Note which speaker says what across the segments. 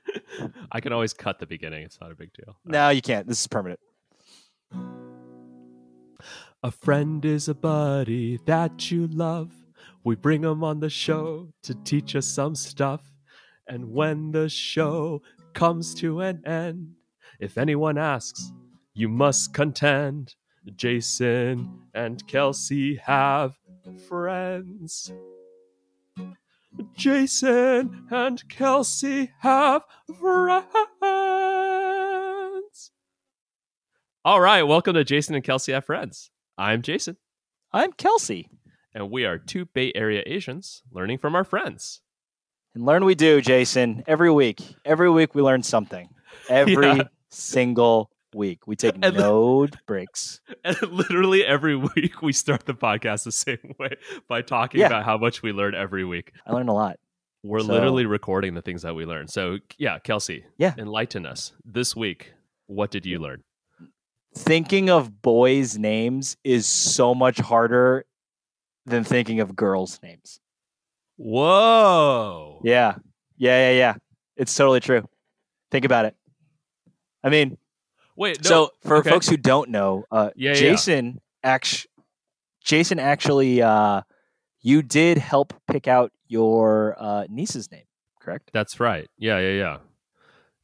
Speaker 1: I can always cut the beginning. It's not a big deal.
Speaker 2: No, you can't. This is permanent.
Speaker 1: A friend is a buddy that you love. We bring 'em on the show to teach us some stuff. And when the show comes to an end, if anyone asks, you must contend. Jason and Kelsey have friends. Jason and Kelsey have friends. All right, welcome to Jason and Kelsey Have Friends. I'm Jason,
Speaker 2: I'm Kelsey.
Speaker 1: and we are two Bay Area Asians learning from our friends.
Speaker 2: And learn we do, Jason. Every week. Every week we learn something. Every
Speaker 1: Yeah.
Speaker 2: single week. We take
Speaker 1: And-
Speaker 2: no breaks.
Speaker 1: And literally every week we start the podcast the same way by talking
Speaker 2: Yeah.
Speaker 1: about how much we learn every week.
Speaker 2: I learn a lot.
Speaker 1: We're
Speaker 2: So-
Speaker 1: literally recording the things that we learn. So, yeah, Kelsey,
Speaker 2: Yeah.
Speaker 1: enlighten us. This week, what did you learn?
Speaker 2: Thinking of boys' names is so much harder than thinking of girls' names.
Speaker 1: Whoa.
Speaker 2: Yeah. Yeah, yeah, yeah. It's totally true. Think about it. I mean,
Speaker 1: Wait, no.
Speaker 2: so for
Speaker 1: okay.
Speaker 2: folks who don't know, uh,
Speaker 1: yeah, yeah, yeah.
Speaker 2: Jason act- Jason actually uh you did help pick out your uh niece's name, correct?
Speaker 1: That's right. Yeah, yeah, yeah.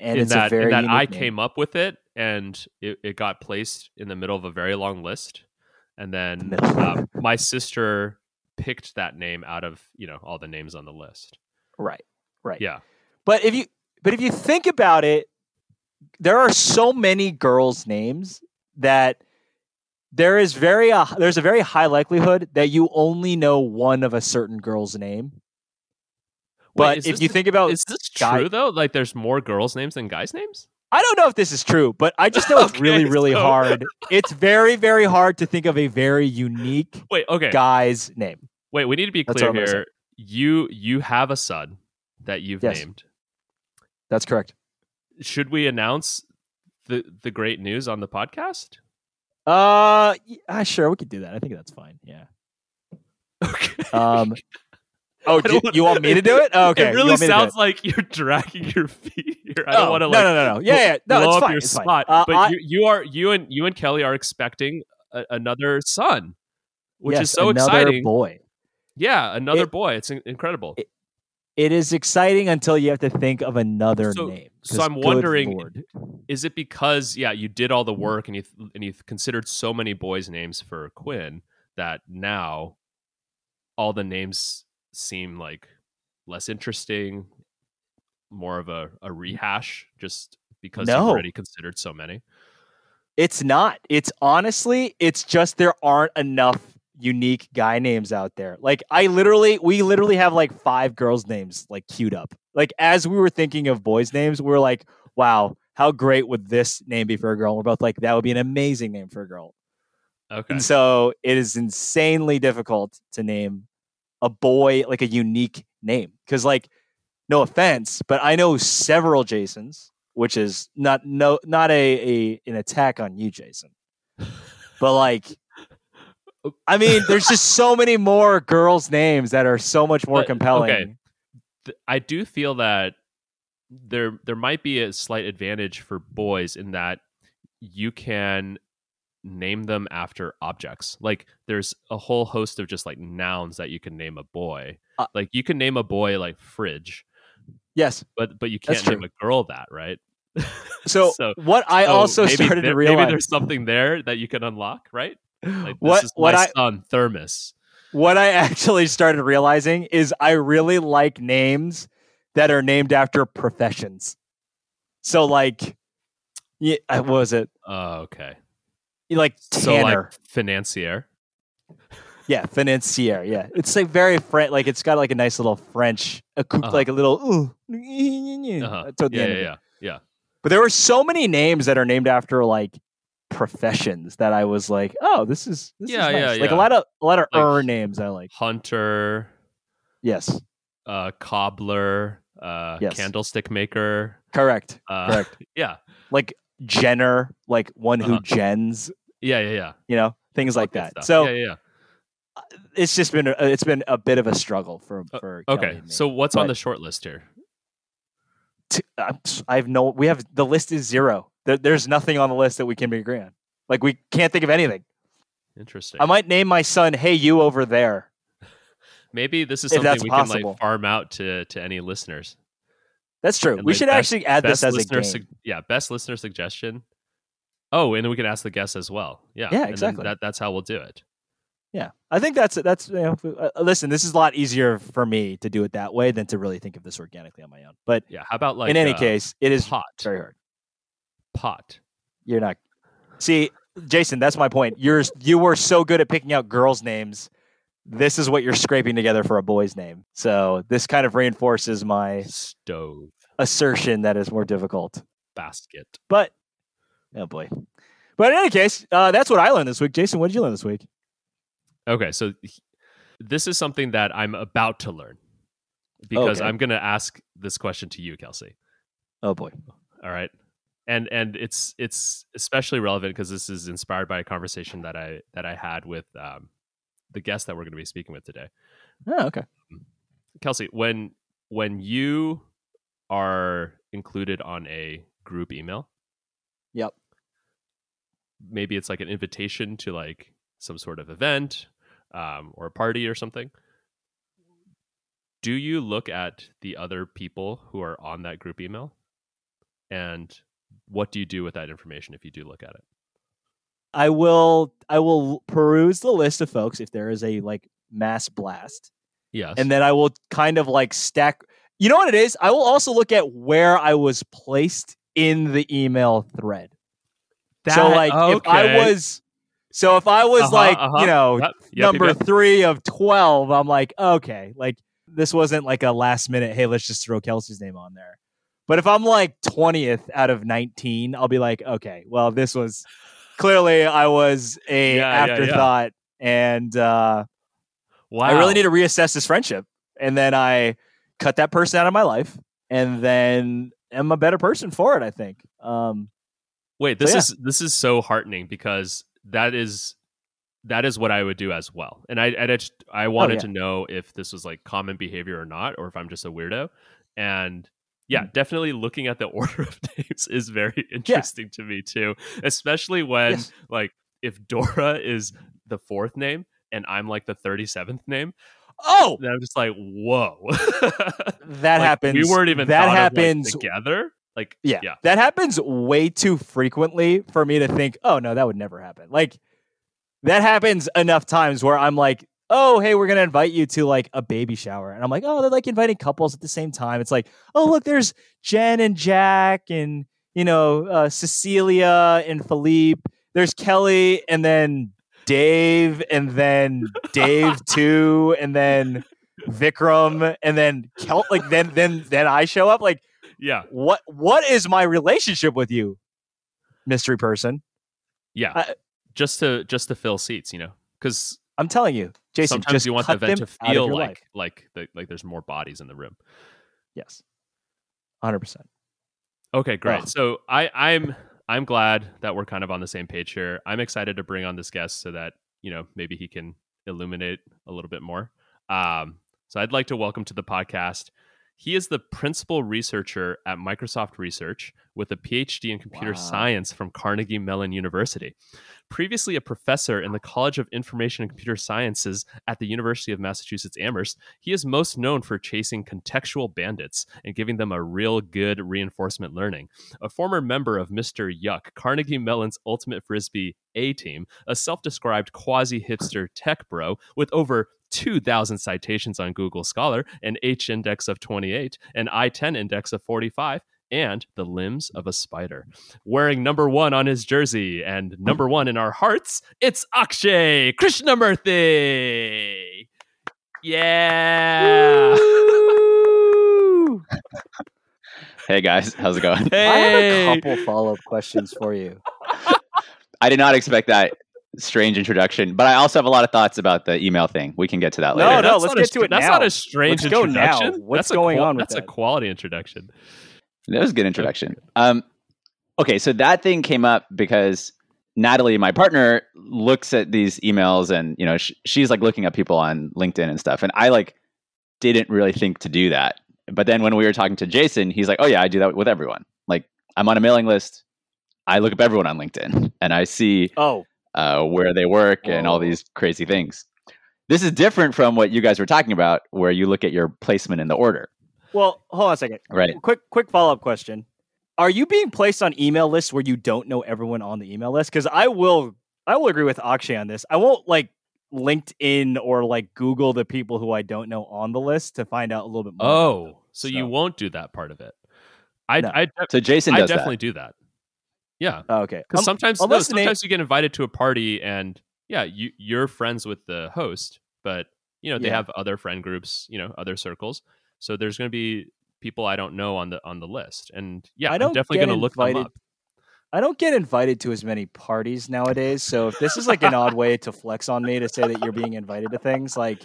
Speaker 2: And
Speaker 1: in
Speaker 2: it's
Speaker 1: that,
Speaker 2: a very
Speaker 1: in that I
Speaker 2: unique name.
Speaker 1: came up with it and it, it got placed in the middle of a very long list. And then
Speaker 2: middle.
Speaker 1: uh, my sister picked that name out of, you know, all the names on the list.
Speaker 2: right. Right.
Speaker 1: Yeah.
Speaker 2: But if you but if you think about it, there are so many girls' names that there is very uh, there's a very high likelihood that you only know one of a certain girl's name. But
Speaker 1: is
Speaker 2: if
Speaker 1: this
Speaker 2: you
Speaker 1: the-
Speaker 2: think about
Speaker 1: is this
Speaker 2: Oh, guy-
Speaker 1: true though? Like, there's more girls' names than guys' names.
Speaker 2: I don't know if this is true, but I just know it's really,
Speaker 1: Okay,
Speaker 2: really
Speaker 1: so-
Speaker 2: hard. It's very, very hard to think of a very unique
Speaker 1: Wait, okay,
Speaker 2: guy's name.
Speaker 1: wait. We need to be
Speaker 2: That's
Speaker 1: clear
Speaker 2: what I'm gonna
Speaker 1: here. You you have a son that you've
Speaker 2: Yes.
Speaker 1: named.
Speaker 2: That's correct.
Speaker 1: Should we announce the the great news on the podcast?
Speaker 2: Uh, y- ah, sure, we could do that. I think that's fine. Yeah.
Speaker 1: Okay.
Speaker 2: Um. Oh,
Speaker 1: don't
Speaker 2: do,
Speaker 1: wanna-
Speaker 2: you want me to do it? Oh, okay.
Speaker 1: it
Speaker 2: you
Speaker 1: really
Speaker 2: want me to do
Speaker 1: sounds like you're dragging your feet here. I don't
Speaker 2: Oh,
Speaker 1: want to
Speaker 2: no,
Speaker 1: like
Speaker 2: no, no, no. Yeah, yeah. No,
Speaker 1: blow
Speaker 2: it's
Speaker 1: up
Speaker 2: fine.
Speaker 1: your
Speaker 2: it's fine.
Speaker 1: spot.
Speaker 2: Uh,
Speaker 1: but
Speaker 2: I-
Speaker 1: you, you are you and you and Kelly are expecting a, another son, which
Speaker 2: yes,
Speaker 1: is so
Speaker 2: another
Speaker 1: exciting.
Speaker 2: Boy,
Speaker 1: yeah, another
Speaker 2: It-
Speaker 1: boy. It's in- incredible.
Speaker 2: it- it is exciting until you have to think of another
Speaker 1: So-
Speaker 2: name.
Speaker 1: so
Speaker 2: 'cause
Speaker 1: I'm
Speaker 2: good
Speaker 1: wondering-
Speaker 2: Lord.
Speaker 1: is it because yeah you did all the work and you th- and you considered so many boys names for quinn that now all the names seem like less interesting more of a, a rehash just because you've
Speaker 2: No.
Speaker 1: already considered so many
Speaker 2: It's not. It's honestly, it's just there aren't enough unique guy names out there. Like I literally, we literally have like five girls' names like queued up. Like as we were thinking of boys' names, we are like, wow, how great would this name be for a girl? And we're both like, that would be an amazing name for a girl.
Speaker 1: okay
Speaker 2: And so it is insanely difficult to name a boy like a unique name. Cause like, no offense, but I know several Jasons, which is not no not a, a an attack on you, Jason. But like
Speaker 1: Oh.
Speaker 2: I mean, there's just so many more girls' names that are so much more
Speaker 1: But- okay.
Speaker 2: compelling.
Speaker 1: th- I do feel that there there might be a slight advantage for boys in that you can name them after objects. Like there's a whole host of just like nouns that you can name a boy.
Speaker 2: Uh,
Speaker 1: like you can name a boy like fridge,
Speaker 2: Yes.
Speaker 1: but but you
Speaker 2: That's
Speaker 1: can't name a girl that, right?
Speaker 2: So,
Speaker 1: So-
Speaker 2: what I
Speaker 1: So
Speaker 2: also
Speaker 1: maybe
Speaker 2: started
Speaker 1: there-
Speaker 2: to realize
Speaker 1: maybe there's something there that you can unlock, right? Like this
Speaker 2: what
Speaker 1: is
Speaker 2: what
Speaker 1: my
Speaker 2: I
Speaker 1: son Thermos.
Speaker 2: what I actually started realizing is I really like names that are named after professions. So like, yeah, what was it?
Speaker 1: Oh, okay.
Speaker 2: You Like
Speaker 1: So
Speaker 2: Tanner,
Speaker 1: like financier.
Speaker 2: yeah, financier, yeah. It's like very French. Like it's got like a nice little French, a cou-
Speaker 1: Uh-huh.
Speaker 2: like a little ooh.
Speaker 1: Uh-huh.
Speaker 2: uh, toward the
Speaker 1: Yeah,
Speaker 2: end
Speaker 1: yeah,
Speaker 2: of it.
Speaker 1: yeah.
Speaker 2: But there were so many names that are named after like professions that I was like, oh, this is this
Speaker 1: Yeah,
Speaker 2: is nice.
Speaker 1: yeah,
Speaker 2: like
Speaker 1: yeah.
Speaker 2: a lot of a lot of
Speaker 1: Like-
Speaker 2: er names I like.
Speaker 1: Hunter,
Speaker 2: Yes,
Speaker 1: uh, cobbler, uh,
Speaker 2: Yes.
Speaker 1: candlestick maker.
Speaker 2: correct,
Speaker 1: Uh,
Speaker 2: correct.
Speaker 1: Yeah,
Speaker 2: like Jenner, like one who
Speaker 1: Uh-huh.
Speaker 2: gens,
Speaker 1: yeah, yeah, yeah.
Speaker 2: you know, things
Speaker 1: All
Speaker 2: like
Speaker 1: good
Speaker 2: that.
Speaker 1: stuff.
Speaker 2: So
Speaker 1: yeah, yeah. yeah.
Speaker 2: it's just been a, it's been a bit of a struggle for
Speaker 1: Uh,
Speaker 2: for Kelly
Speaker 1: Okay,
Speaker 2: and me.
Speaker 1: so what's on
Speaker 2: But-
Speaker 1: the short list here?
Speaker 2: t- I'm s- I have no. We have the list is zero. There, there's nothing on the list that we can agree on. Like we can't think of anything.
Speaker 1: Interesting.
Speaker 2: I might name my son "Hey you over there."
Speaker 1: Maybe this is
Speaker 2: if
Speaker 1: something
Speaker 2: that's
Speaker 1: we can
Speaker 2: possible.
Speaker 1: like farm out to to any listeners.
Speaker 2: That's true.
Speaker 1: And,
Speaker 2: we
Speaker 1: like,
Speaker 2: should
Speaker 1: best-
Speaker 2: actually add this as a
Speaker 1: listener,
Speaker 2: game.
Speaker 1: sug- yeah, best listener suggestion. Oh, and then we can ask the guests as well. Yeah,
Speaker 2: Yeah,
Speaker 1: and then
Speaker 2: exactly.
Speaker 1: That, that's how we'll do it.
Speaker 2: yeah, I think that's that's. You know, uh, listen, this is a lot easier for me to do it that way than to really think of this organically on my own. But
Speaker 1: Yeah. How about like
Speaker 2: in any
Speaker 1: uh,
Speaker 2: case, it is
Speaker 1: pot
Speaker 2: very hard.
Speaker 1: pot?
Speaker 2: You're not. See, Jason, that's my point. You're you were so good at picking out girls' names. This is what you're scraping together for a boy's name. So this kind of reinforces my
Speaker 1: Stove
Speaker 2: assertion that is more difficult.
Speaker 1: basket.
Speaker 2: But oh boy. But in any case, uh, that's what I learned this week. Jason, what did you learn this week?
Speaker 1: Okay, so he- this is something that I'm about to learn because
Speaker 2: Okay.
Speaker 1: I'm going to ask this question to you, Kelsey.
Speaker 2: Oh boy.
Speaker 1: All right. And and it's it's especially relevant because this is inspired by a conversation that I that I had with um, the guest that we're going to be speaking with today.
Speaker 2: Oh, okay.
Speaker 1: Kelsey, when when you are included on a group email,
Speaker 2: Yep.
Speaker 1: maybe it's like an invitation to like some sort of event um, or a party or something. Do you look at the other people who are on that group email, and what do you do with that information if you do look at it?
Speaker 2: I will I will peruse the list of folks if there is a like mass blast.
Speaker 1: Yes,
Speaker 2: and then I will kind of like stack. You know what it is? I will also look at where I was placed in the email thread. so like if I was, so if I was
Speaker 1: Uh-huh,
Speaker 2: like
Speaker 1: uh-huh.
Speaker 2: you know
Speaker 1: Yep, yep, yep,
Speaker 2: number
Speaker 1: yep.
Speaker 2: three of twelve, I'm like okay, like this wasn't like a last minute. Hey, let's just throw Kelsey's name on there. But if I'm like twentieth out of nineteen, I'll be like okay, well this was clearly I was a
Speaker 1: Yeah, yeah, yeah.
Speaker 2: afterthought and. uh
Speaker 1: wow,
Speaker 2: I really need to reassess this friendship. And then I cut that person out of my life and then am a better person for it, I think. Um,
Speaker 1: Wait,
Speaker 2: So,
Speaker 1: this
Speaker 2: yeah.
Speaker 1: is this is so heartening because that is that is what I would do as well. And I and I, just, I wanted
Speaker 2: Oh, yeah.
Speaker 1: to know if this was like common behavior or not, or if I'm just a weirdo. And yeah,
Speaker 2: Mm.
Speaker 1: definitely looking at the order of names is very interesting to me too, especially when
Speaker 2: Yes.
Speaker 1: like if Dora is the fourth name and I'm like the thirty seventh name,
Speaker 2: oh,
Speaker 1: then I'm just like, whoa,
Speaker 2: that
Speaker 1: Like,
Speaker 2: happens.
Speaker 1: We weren't even
Speaker 2: that
Speaker 1: thought of, like,
Speaker 2: happens.
Speaker 1: together. Like
Speaker 2: yeah,
Speaker 1: yeah,
Speaker 2: that happens way too frequently for me to think, oh no, that would never happen. Like that happens enough times where I'm like, oh hey, we're gonna invite you to like a baby shower, and I'm like, oh, they're like inviting couples at the same time. It's like, oh look, there's Jen and Jack, and you know uh, Cecilia and Philippe. There's Kelly, and then Dave, and then Dave too, and then Vikram, and then Kel. Like then then then I show up like
Speaker 1: yeah,
Speaker 2: what what is my relationship with you mystery person
Speaker 1: Yeah.
Speaker 2: I-
Speaker 1: just to just to fill seats, you know, because
Speaker 2: i'm telling you jason
Speaker 1: sometimes
Speaker 2: just
Speaker 1: you want the
Speaker 2: cut
Speaker 1: event
Speaker 2: them
Speaker 1: to
Speaker 2: out of
Speaker 1: feel
Speaker 2: your
Speaker 1: like
Speaker 2: life.
Speaker 1: like the, like there's more bodies in the room.
Speaker 2: yes 100%
Speaker 1: Okay, great.
Speaker 2: Ugh.
Speaker 1: So I I'm I'm glad that we're kind of on the same page here. I'm excited to bring on this guest so that you know maybe he can illuminate a little bit more. Um, so I'd like to welcome to the podcast. He is the principal researcher at Microsoft Research with a PhD in computer
Speaker 2: Wow.
Speaker 1: science from Carnegie Mellon University. Previously a professor in the College of Information and Computer Sciences at the University of Massachusetts Amherst, he is most known for chasing contextual bandits and giving them a real good reinforcement learning. A former member of Mr. Yuck, Carnegie Mellon's Ultimate Frisbee A Team, a self described quasi hipster tech bro with over 2,000 citations on Google Scholar, an H index of 28, an I 10 index of 45, and the limbs of a spider. Wearing number one on his jersey and number one in our hearts, it's Akshay Krishnamurthy. Yeah.
Speaker 2: Woo!
Speaker 3: Hey guys, how's it going?
Speaker 1: Hey.
Speaker 2: i have a couple follow-up questions for you
Speaker 3: I did not expect that strange introduction, but I also have a lot of thoughts about the email thing. We can get to that
Speaker 2: No,
Speaker 3: later.
Speaker 1: Hey,
Speaker 2: no,
Speaker 1: that's
Speaker 2: let's
Speaker 1: not
Speaker 2: get
Speaker 1: a,
Speaker 2: to it
Speaker 1: That's
Speaker 2: now.
Speaker 1: not a strange
Speaker 2: Let's go now.
Speaker 1: introduction.
Speaker 2: What's
Speaker 1: that's a
Speaker 2: going
Speaker 1: qual-
Speaker 2: on with
Speaker 1: That's a
Speaker 2: that?
Speaker 1: quality introduction.
Speaker 3: That was a good introduction. Um, okay, so that thing came up because Natalie, my partner, looks at these emails, and you know sh- she's like looking at people on LinkedIn and stuff, and I like didn't really think to do that But then when we were talking to Jason, he's like, "Oh yeah, I do that with everyone. Like I'm on a mailing list. I look up everyone on LinkedIn and I see
Speaker 2: Oh,
Speaker 3: uh, where they work and all
Speaker 2: Whoa.
Speaker 3: these crazy things." This is different from what you guys were talking about, where you look at your placement in the order,
Speaker 2: well, hold on a second.
Speaker 3: right?
Speaker 2: Quick, quick follow up question: Are you being placed on email lists where you don't know everyone on the email list? Because I will, I will agree with Akshay on this. I won't like LinkedIn or like Google the people who I don't know on the list to find out a little bit more. about them.
Speaker 1: Oh, so you won't do that part of it. I
Speaker 2: No.
Speaker 1: I, de-
Speaker 3: So Jason
Speaker 1: I
Speaker 3: does
Speaker 1: definitely do that. Yeah,
Speaker 2: Oh, okay.
Speaker 1: because
Speaker 2: Um,
Speaker 1: sometimes no,
Speaker 2: unless the name-
Speaker 1: sometimes you get invited to a party and yeah, you you're friends with the host, but you know they
Speaker 2: Yeah.
Speaker 1: have other friend groups, you know, other circles. So there's going to be people I don't know on the on the list, and yeah,
Speaker 2: I
Speaker 1: I'm
Speaker 2: don't
Speaker 1: definitely
Speaker 2: get
Speaker 1: going to look them
Speaker 2: invited
Speaker 1: up.
Speaker 2: I don't get invited to as many parties nowadays. So if this is like an odd way to flex on me to say that you're being invited to things, like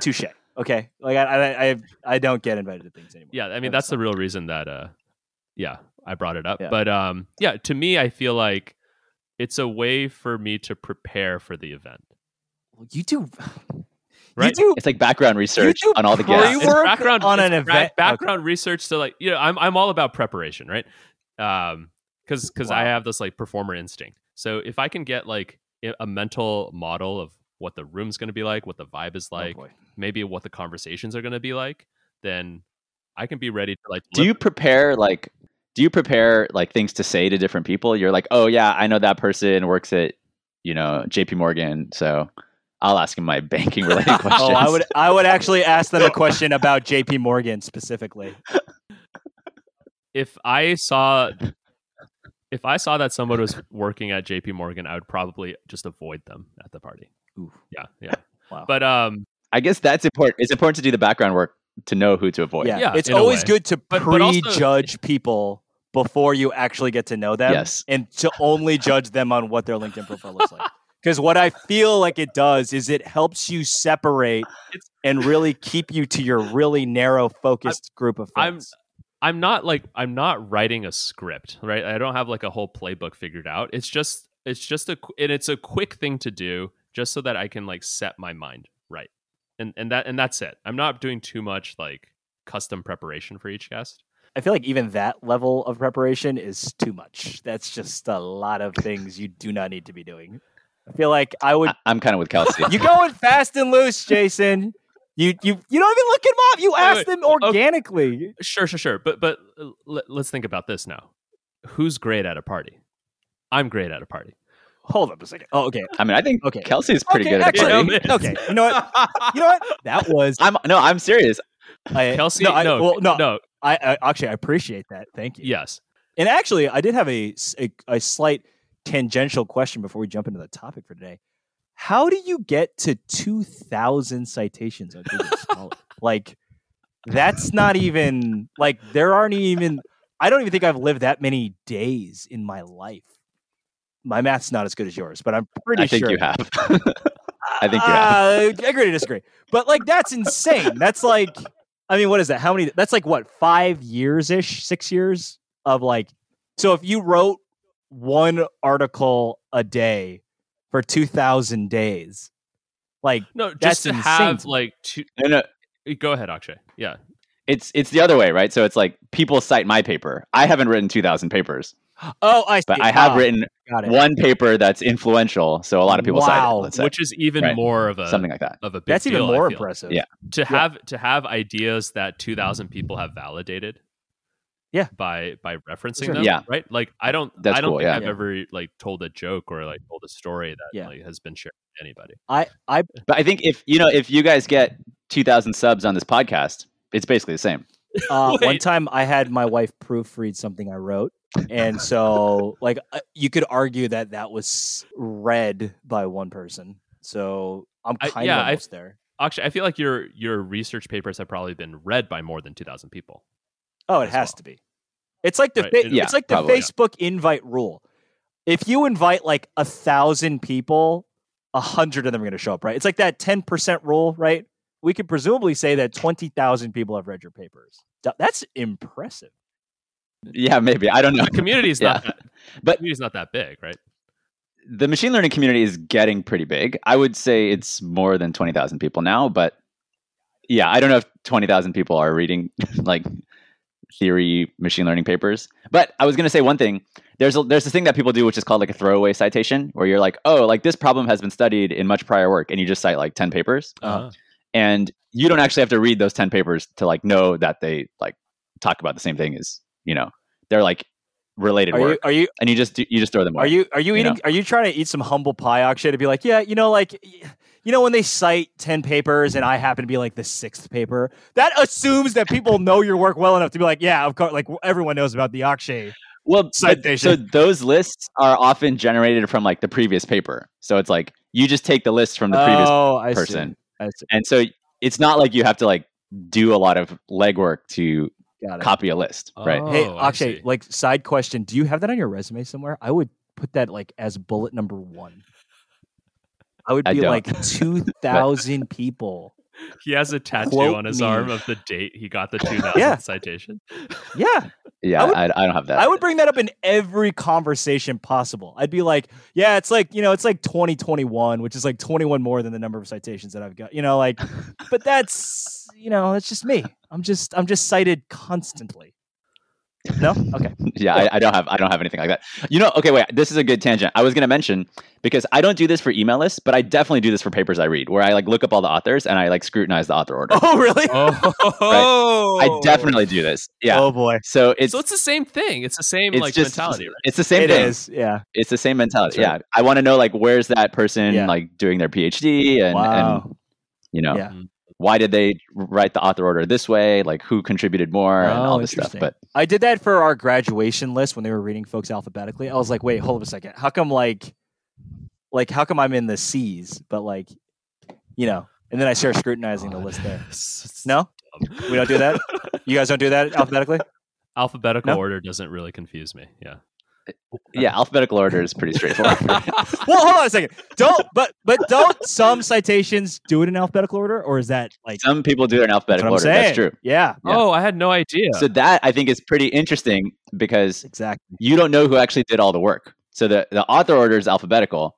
Speaker 2: touche. Okay, like I, I I I don't get invited to things anymore.
Speaker 1: Yeah, I mean
Speaker 2: I'm
Speaker 1: that's the
Speaker 2: sorry.
Speaker 1: real reason that uh yeah, I brought it up.
Speaker 2: Yeah.
Speaker 1: But um yeah, to me I feel like it's a way for me to prepare for the event.
Speaker 2: Well, you do.
Speaker 1: Right?
Speaker 2: You do.
Speaker 3: It's like background research
Speaker 2: do
Speaker 3: on all the
Speaker 2: pre-
Speaker 1: It's
Speaker 3: guests.
Speaker 2: work on an
Speaker 1: it's back-
Speaker 2: event-
Speaker 1: background research to like you know, I'm I'm all about preparation, right? Um cuz cuz I
Speaker 2: Wow.
Speaker 1: have this like performer instinct. So if I can get like i- a mental model of what the room's going to be like, what the vibe is like,
Speaker 2: oh boy.
Speaker 1: maybe what the conversations are going to be like, then I can be ready to like
Speaker 3: do you prepare like do you prepare like things to say to different people you're like oh yeah i know that person works at you know jp morgan so i'll ask him my banking related questions
Speaker 2: Oh, I would I would actually ask them a question about J.P. Morgan specifically.
Speaker 1: if I saw if I saw that someone was working at JP Morgan, I would probably just avoid them at the party.
Speaker 2: Ooh.
Speaker 1: Yeah, yeah.
Speaker 2: Wow.
Speaker 1: But um
Speaker 3: i guess that's important it's important to do the background work to know who to avoid
Speaker 2: yeah,
Speaker 1: Yeah,
Speaker 2: it's
Speaker 1: in a
Speaker 2: always
Speaker 1: way.
Speaker 2: good to
Speaker 1: But- but also-
Speaker 2: prejudge people before you actually get to know them.
Speaker 3: yes
Speaker 2: and to only judge them on what their LinkedIn profile looks like. Because what I feel like it does is it helps you separate
Speaker 1: It's-
Speaker 2: and really keep you to your really narrow focused group of
Speaker 1: I'm-
Speaker 2: friends.
Speaker 1: I'm not like I'm not writing a script, right? I don't have like a whole playbook figured out. It's just it's just a qu- and it's a quick thing to do just so that I can like set my mind right. And and that and that's it. I'm not doing too much like custom preparation for each guest.
Speaker 2: I feel like even that level of preparation is too much. That's just a lot of things you do not need to be doing. I feel like I would
Speaker 3: I, am kind of with kelsey
Speaker 2: you going fast and loose, Jason. You you you don't even look at them up. You ask them organically.
Speaker 1: Sure, sure, sure. But but uh, let, let's think about this now. Who's great at a party? I'm great at a party.
Speaker 2: Hold up a second. Oh, okay.
Speaker 3: i mean i think
Speaker 2: Okay.
Speaker 3: kelsey's pretty
Speaker 2: okay,
Speaker 3: good at
Speaker 2: actually,
Speaker 3: a party
Speaker 1: Yeah, man.
Speaker 2: okay. You know what? You know what? That was
Speaker 3: i'm no i'm serious
Speaker 2: I,
Speaker 1: Kelsey,
Speaker 2: No, I,
Speaker 1: no,
Speaker 2: well, no,
Speaker 1: no,
Speaker 2: I, I actually I appreciate that. Thank you.
Speaker 1: yes.
Speaker 2: And actually, I did have a, s- a- a slight tangential question before we jump into the topic for today. How do you get to 2,000 citations on Google Scholar? Like, that's not even, like, there aren't even, I don't even think I've lived that many days in my life. My math's not as good as yours, but I'm pretty
Speaker 3: i think
Speaker 2: sure.
Speaker 3: you have I think you
Speaker 2: Uh, I agree to disagree. But like that's insane. That's like I mean, what is that? How many that's like what, five years ish, six years of like so if you wrote one article a day for two thousand days, like
Speaker 1: No, just
Speaker 2: That's
Speaker 1: to
Speaker 2: insane
Speaker 1: have
Speaker 2: to me.
Speaker 1: like two.
Speaker 3: no no
Speaker 1: Go ahead, Akshay. Yeah.
Speaker 3: it's it's the other way right so it's like people cite my paper i haven't written 2000 papers
Speaker 2: oh I see.
Speaker 3: but i have
Speaker 2: Ah,
Speaker 3: written
Speaker 2: got it.
Speaker 3: one paper that's influential so a lot of people cite it
Speaker 2: Wow. uh,
Speaker 3: let's say.
Speaker 1: Which is even
Speaker 3: Right.
Speaker 1: more of a
Speaker 3: something like that
Speaker 1: of a big
Speaker 2: That's even
Speaker 1: deal, I
Speaker 2: more
Speaker 1: feel.
Speaker 2: impressive.
Speaker 3: Yeah.
Speaker 1: to have to have ideas that 2000 people have validated
Speaker 2: Yeah.
Speaker 1: by by referencing
Speaker 2: Sure.
Speaker 1: them
Speaker 3: Yeah.
Speaker 1: right like i don't
Speaker 3: That's
Speaker 1: i don't
Speaker 3: cool,
Speaker 1: think
Speaker 3: yeah.
Speaker 1: i've
Speaker 2: Yeah.
Speaker 1: ever like told a joke or like told a story that
Speaker 2: Yeah.
Speaker 1: like, has been shared with anybody
Speaker 2: I I
Speaker 3: But I think if you know if you guys get two thousand subs on this podcast, it's basically the same.
Speaker 2: Uh, one
Speaker 1: Wait.
Speaker 2: time I had my wife proofread something I wrote. And so, like, uh, you could argue that that was read by one person. So I'm
Speaker 1: I-
Speaker 2: kind
Speaker 1: yeah,
Speaker 2: of
Speaker 1: I-
Speaker 2: almost there.
Speaker 1: actually i feel like your your research papers have probably been read by more than 2000 people
Speaker 2: Oh, it
Speaker 1: as
Speaker 2: has
Speaker 1: well.
Speaker 2: to be. It's like the
Speaker 1: Right,
Speaker 2: fa-
Speaker 1: it-
Speaker 3: Yeah,
Speaker 2: it's like the
Speaker 3: probably.
Speaker 2: Facebook invite rule. If you invite like a thousand people, a hundred of them are going to show up, right? It's like that ten percent rule, right? We could presumably say that twenty thousand people have read your papers. Th- That's impressive.
Speaker 3: Yeah, maybe I don't know.
Speaker 1: the community is not
Speaker 3: Yeah.
Speaker 1: that,
Speaker 3: But-
Speaker 1: community's not that big right
Speaker 3: The machine learning community is getting pretty big. I would say it's more than twenty thousand people now, but yeah, I don't know if 20,000 people are reading like theory machine learning papers. But I was going to say one thing. There's a, there's this thing that people do which is called like a throwaway citation where you're like, "Oh, like this problem has been studied in much prior work." And you just cite like 10 papers.
Speaker 2: Uh-huh.
Speaker 3: And you don't actually have to read those 10 papers to like know that they like talk about the same thing as, you know. They're like related
Speaker 2: Are
Speaker 3: work.
Speaker 2: you are you
Speaker 3: and you just do, you just throw them away.
Speaker 2: are you are you
Speaker 3: you
Speaker 2: eating
Speaker 3: know.
Speaker 2: are you trying to eat some humble pie auction to be like, yeah, you know, like y- you know when they cite ten papers and I happen to be like the sixth paper, that assumes that people know your work well enough to be like, yeah, of course, like everyone knows about the auction.
Speaker 3: Well, but- so
Speaker 2: citation.
Speaker 3: those lists are often generated from like the previous paper. So it's like you just take the list from the previous,
Speaker 2: oh, I
Speaker 3: person.
Speaker 2: See. I see.
Speaker 3: and so it's not like you have to like do a lot of legwork to
Speaker 2: Got it.
Speaker 3: copy a list, right?
Speaker 1: Oh,
Speaker 2: hey,
Speaker 1: I
Speaker 2: Akshay,
Speaker 1: see.
Speaker 2: like side question, do you have that on your resume somewhere? I would put that like as bullet number one. I would
Speaker 3: I
Speaker 2: be
Speaker 3: don't.
Speaker 2: like two thousand people.
Speaker 1: He has a tattoo
Speaker 2: Quote
Speaker 1: on his
Speaker 2: me.
Speaker 1: arm of the date he got the 2000
Speaker 2: Yeah.
Speaker 1: citation.
Speaker 2: Yeah.
Speaker 3: Yeah,
Speaker 2: I
Speaker 3: I,
Speaker 2: would-
Speaker 3: I, don't have that.
Speaker 2: I would bring that up in every conversation possible. I'd be like, yeah, it's like, you know, it's like 2021, which is like 21 more than the number of citations that I've got, you know, like, but that's, you know, that's just me. I'm just, I'm just cited constantly. No? Okay.
Speaker 3: yeah, I, I don't have I don't have anything like that. You know, okay, wait, this is a good tangent. I was gonna mention because I don't do this for email lists, but I definitely do this for papers I read, where I like look up all the authors and I like scrutinize the author order.
Speaker 2: Oh, really?
Speaker 1: Oh,
Speaker 3: I definitely do this. Yeah.
Speaker 2: Oh, boy.
Speaker 3: So it's
Speaker 1: So it's the same thing. It's the same
Speaker 3: it's
Speaker 1: like
Speaker 3: just
Speaker 1: mentality, right?
Speaker 3: it's the same
Speaker 2: It
Speaker 3: thing.
Speaker 2: is, Yeah.
Speaker 3: it's the same mentality.
Speaker 2: That's right.
Speaker 3: Yeah, I want to know like where's that person
Speaker 2: Yeah.
Speaker 3: like doing their PhD and,
Speaker 2: Wow.
Speaker 3: and you know
Speaker 2: Yeah.
Speaker 3: why did they write the author order this way? Like who contributed more and
Speaker 2: Oh,
Speaker 3: all this stuff.
Speaker 2: interesting.
Speaker 3: But
Speaker 2: I did that for our graduation list when they were reading folks alphabetically. I was like, wait, hold up a second. How come like like how come I'm in the C's, but like, you know, and then I start scrutinizing the list there. No? We don't do that? You guys don't do that alphabetically?
Speaker 1: Alphabetical
Speaker 2: No?
Speaker 1: order doesn't really confuse me. Yeah.
Speaker 3: yeah, alphabetical order is pretty straightforward.
Speaker 2: Well, hold on a second. Don't but but don't some citations do it in alphabetical order or is that like
Speaker 3: Some people do it in
Speaker 2: that's
Speaker 3: alphabetical
Speaker 2: what I'm
Speaker 3: order.
Speaker 2: saying?
Speaker 3: That's true.
Speaker 2: Yeah,
Speaker 3: Yeah.
Speaker 1: Oh, I had no idea.
Speaker 3: So that I think is pretty interesting because
Speaker 2: exactly.
Speaker 3: you don't know who actually did all the work. So the, the author order is alphabetical,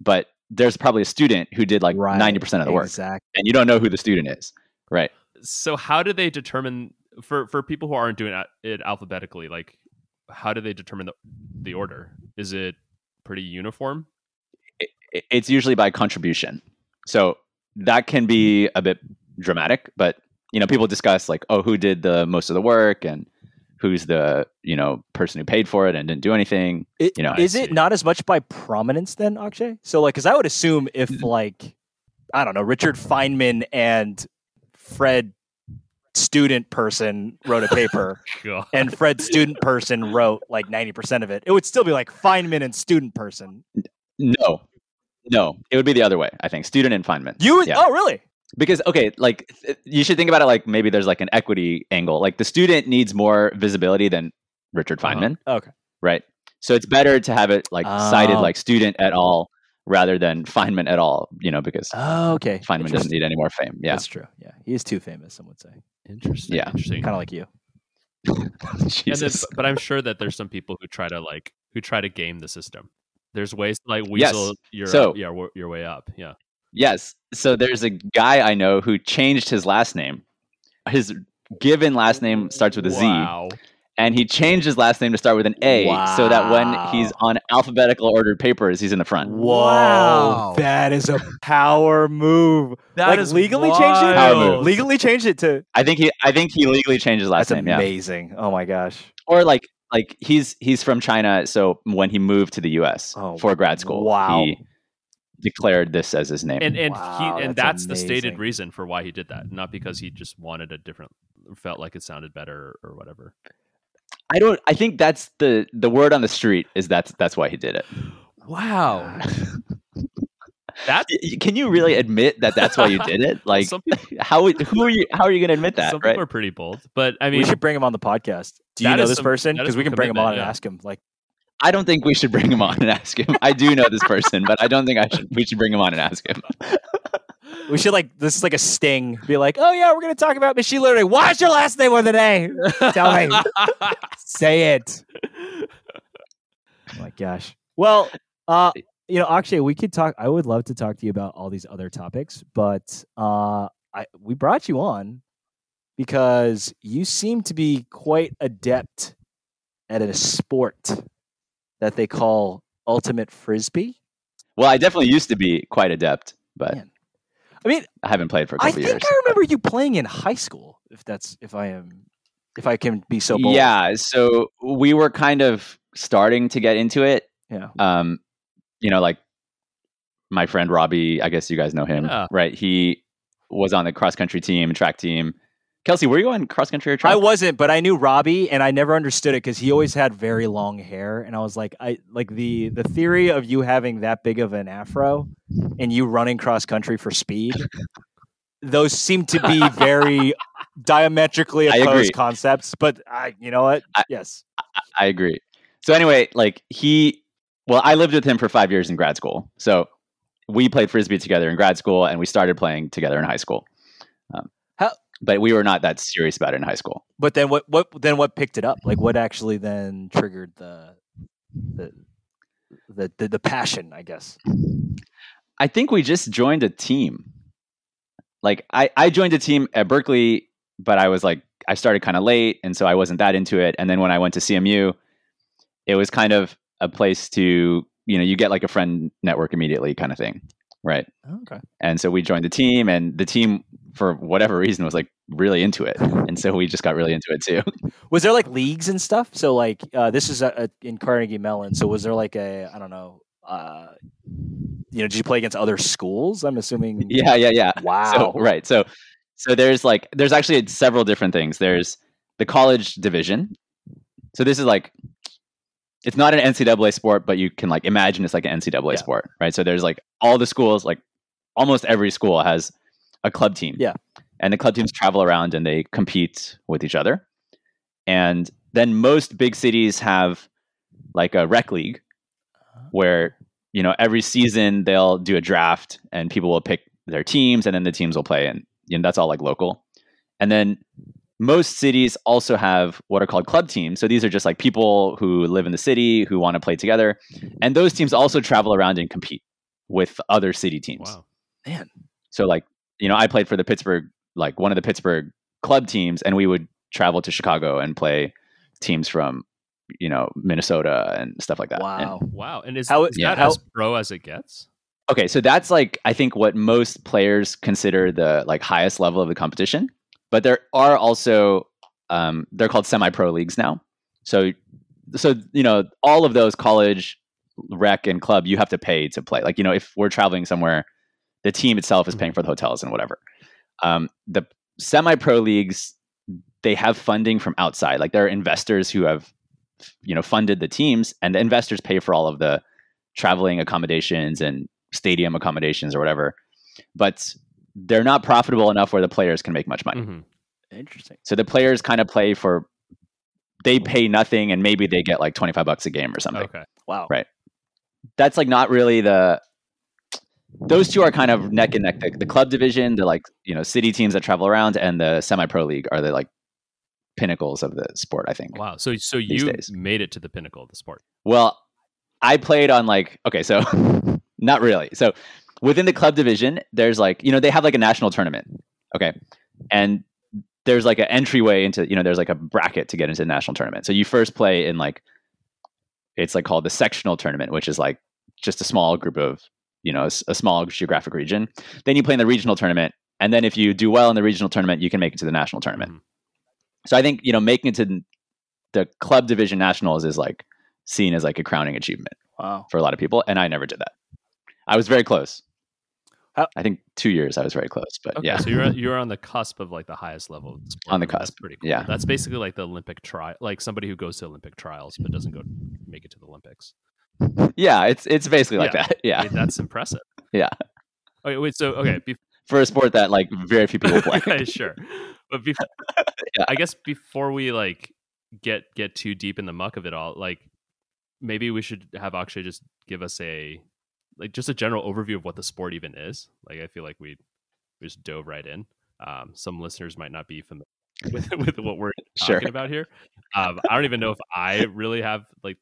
Speaker 3: but there's probably a student who did like
Speaker 2: Right.
Speaker 3: 90% of the work
Speaker 2: Exactly.
Speaker 3: and you don't know who the student is. Right.
Speaker 1: so how do they determine for for people who aren't doing it alphabetically? Like, how do they determine the the order? Is it pretty uniform?
Speaker 3: i- it's usually by contribution. So that can be a bit dramatic, but you know, people discuss like, oh, who did the most of the work and who's the, you know, person who paid for it and didn't do anything.
Speaker 2: It,
Speaker 3: You know, I
Speaker 2: is it
Speaker 1: see.
Speaker 2: not as much by prominence then, Akshay? So, like, because I would assume if, like, I don't know, Richard Feynman and Fred student person wrote a paper
Speaker 1: God.
Speaker 2: and Fred student person wrote like 90% of it, it would still be like Feynman and student person.
Speaker 3: No. No, it would be the other way, I think. Student and Feynman.
Speaker 2: You would,
Speaker 3: Yeah.
Speaker 2: oh, really?
Speaker 3: because okay like th- you should think about it like maybe there's like an equity angle like the student needs more visibility than richard
Speaker 1: Uh-huh.
Speaker 3: feynman
Speaker 2: Okay.
Speaker 3: right so it's better to have it like cited
Speaker 2: Oh.
Speaker 3: like student at all rather than feynman at all you know because
Speaker 2: Oh, okay.
Speaker 3: feynman doesn't
Speaker 2: Interesting.
Speaker 3: need any more fame yeah
Speaker 2: That's true. Yeah. He is too famous, some would say.
Speaker 1: Interesting.
Speaker 3: Yeah.
Speaker 1: Interesting.
Speaker 2: Kind of like you.
Speaker 1: And then,
Speaker 3: jesus
Speaker 1: but- but I'm sure that there's some people who try to like who try to game the system. There's ways to like
Speaker 3: Yes.
Speaker 1: weasel your
Speaker 3: So-
Speaker 1: yeah wo- your way up. Yeah.
Speaker 3: yes so there's a guy i know who changed his last name his given last name starts with a Z.
Speaker 1: wow.
Speaker 3: and he changed his last name to start with an a so that when
Speaker 2: Wow.
Speaker 3: he's on alphabetical ordered papers he's in the front
Speaker 2: Wow. That is a power move.
Speaker 1: That
Speaker 2: like,
Speaker 1: is
Speaker 2: legally changed it?
Speaker 3: Power move.
Speaker 1: wild.
Speaker 2: Legally changed it to
Speaker 3: I think he I think he legally changed his last
Speaker 2: That's
Speaker 3: name. Yeah.
Speaker 2: amazing. Oh my gosh.
Speaker 3: Or like like he's he's from China, so when he moved to the US
Speaker 2: Oh,
Speaker 3: for grad school,
Speaker 2: wow.
Speaker 3: he declared this as his name.
Speaker 1: and and
Speaker 2: Wow,
Speaker 1: he and that's,
Speaker 2: that's
Speaker 1: the stated
Speaker 2: amazing.
Speaker 1: reason for why he did that not because he just wanted a different felt like it sounded better or whatever
Speaker 3: I don't I think that's the the word on the street is that's that's why he did it.
Speaker 1: wow that's
Speaker 3: Y- Can you really admit that that's why you did it? Like
Speaker 1: some people,
Speaker 3: how would- who are you how are you going to admit that,
Speaker 1: some
Speaker 3: right?
Speaker 1: people are pretty bold but i mean
Speaker 2: we should bring him on the podcast. Do you
Speaker 1: That
Speaker 2: know
Speaker 1: is
Speaker 2: this
Speaker 1: some-
Speaker 2: person?
Speaker 1: that is
Speaker 2: Because we
Speaker 1: some
Speaker 2: can bring him on
Speaker 1: commitment,
Speaker 2: and
Speaker 1: yeah.
Speaker 2: ask him. Like,
Speaker 3: I don't think we should bring him on and ask him. I do know this person, but I don't think I should we should bring him on and ask him.
Speaker 2: we should like this is like a sting. Be like, oh yeah, we're gonna talk about machine learning. What's your last name of the day? Tell me. Say it. Oh my gosh. Well, uh, you know, Akshay, we could talk. I would love to talk to you about all these other topics, but uh, I we brought you on because you seem to be quite adept at a sport that they call ultimate frisbee.
Speaker 3: Well, I definitely used to be quite adept, but
Speaker 2: Man. I mean,
Speaker 3: I haven't played for a
Speaker 2: I
Speaker 3: couple
Speaker 2: think
Speaker 3: years.
Speaker 2: I remember you playing in high school. If that's if I am if I can be so bold.
Speaker 3: yeah, so we were kind of starting to get into it.
Speaker 2: Yeah.
Speaker 3: Um, you know, like my friend Robbie, I guess you guys know him,
Speaker 1: Yeah.
Speaker 3: right? He was on the cross country team, track team. Kelsey, were you on cross country or track?
Speaker 2: I wasn't, but I knew Robbie, and I never understood it because he always had very long hair, and I was like, I like the the theory of you having that big of an afro and you running cross country for speed. those seem to be very diametrically
Speaker 3: I agree.
Speaker 2: opposed concepts, but I, you know what?
Speaker 3: I-
Speaker 2: yes,
Speaker 3: I agree. So anyway, like he, well, I lived with him for five years in grad school. So we played frisbee together in grad school, and we started playing together in high school. Um,
Speaker 2: How-
Speaker 3: but we were not that serious about it in high school.
Speaker 2: but then what? What then? What picked it up? Like what actually then triggered the the the the, the passion? I guess.
Speaker 3: I think we just joined a team. Like I, I joined a team at Berkeley, but I was like I started kind of late, and so I wasn't that into it. And then when I went to CMU, it was kind of a place to you know you get like a friend network immediately kind of thing, right?
Speaker 2: Okay.
Speaker 3: And so we joined the team, and the team, for whatever reason, was like really into it. And so we just got really into it too.
Speaker 2: Was there like leagues and stuff? So like uh, this is a, a, in Carnegie Mellon. So was there like a I don't know. Uh, you know, did you play against other schools? I'm assuming.
Speaker 3: yeah, yeah, yeah.
Speaker 2: Wow.
Speaker 3: So, right. So, so there's like, there's actually several different things. There's the college division. So this is like, it's not an NCAA sport, but you can like imagine it's like an NCAA
Speaker 2: Yeah.
Speaker 3: sport, right? So there's like all the schools, like almost every school has a club team.
Speaker 2: Yeah.
Speaker 3: And the club teams travel around and they compete with each other. And then most big cities have like a rec league where you know every season they'll do a draft and people will pick their teams and then the teams will play and you know that's all like local and then most cities also have what are called club teams so these are just like people who live in the city who want to play together and those teams also travel around and compete with other city teams
Speaker 1: Wow.
Speaker 3: so like, you know, I played for the Pittsburgh, like one of the Pittsburgh club teams, and we would travel to Chicago and play teams from, you know, Minnesota and stuff like that.
Speaker 2: Wow.
Speaker 3: And-
Speaker 1: Wow. And is,
Speaker 2: How-
Speaker 1: is
Speaker 3: yeah,
Speaker 1: that
Speaker 2: how-
Speaker 1: as pro as it gets?
Speaker 3: okay, so that's like I think what most players consider the like highest level of the competition. But there are also um, they're called semi-pro leagues now. So, so you know, all of those college, rec, and club, you have to pay to play. Like you know, if we're traveling somewhere, the team itself is paying for the hotels and whatever. Um, the semi-pro leagues, they have funding from outside. Like there are investors who have, you know, funded the teams, and the investors pay for all of the traveling accommodations and stadium accommodations or whatever. But they're not profitable enough where the players can make much money.
Speaker 1: Mhm.
Speaker 2: Interesting.
Speaker 3: So the players kind of play for they pay nothing and maybe they get like 25 bucks a game or something.
Speaker 1: Okay.
Speaker 2: Wow.
Speaker 3: Right. That's like not really the those two are kind of neck and neck. The, the club division, the like, you know, city teams that travel around and the semi-pro league are the like pinnacles of the sport, I think.
Speaker 1: Wow. So so
Speaker 3: These
Speaker 1: you
Speaker 3: days.
Speaker 1: made it to the pinnacle of the sport.
Speaker 3: Well, I played on like okay, so not really. So within the club division, there's like you know they have like a national tournament, okay, and there's like an entryway into you know there's like a bracket to get into the national tournament. So you first play in like it's like called the sectional tournament, which is like just a small group of you know s- a small geographic region. Then you play in the regional tournament, and then if you do well in the regional tournament, you can make it to the national tournament.
Speaker 1: Mhm.
Speaker 3: So I think you know making it to n- the club division nationals is like seen as like a crowning achievement
Speaker 2: Wow.
Speaker 3: for a lot of people, and I never did that. I was very close.
Speaker 2: How-
Speaker 3: I think two years I was very close, but
Speaker 1: Okay,
Speaker 3: yeah,
Speaker 1: so you're you're on the cusp of like the highest level of the sport.
Speaker 3: On the
Speaker 1: I mean, That's
Speaker 3: cusp,
Speaker 1: pretty cool.
Speaker 3: yeah.
Speaker 1: That's basically like the Olympic trial, like somebody who goes to Olympic trials but doesn't go make it to the Olympics.
Speaker 3: yeah, it's it's basically like
Speaker 1: Yeah.
Speaker 3: that.
Speaker 1: I
Speaker 3: Yeah,
Speaker 1: mean, that's impressive.
Speaker 3: Yeah.
Speaker 1: Okay, wait. So okay, be-
Speaker 3: for a sport that like very few people play.
Speaker 1: okay, sure. But before,
Speaker 3: Yeah.
Speaker 1: I guess before we like get get too deep in the muck of it all, like maybe we should have Akshay just give us a like just a general overview of what the sport even is. Like I feel like we we just dove right in. Um, some listeners might not be familiar with with what we're
Speaker 3: Sure.
Speaker 1: talking about here. Um, I don't even know if I really have like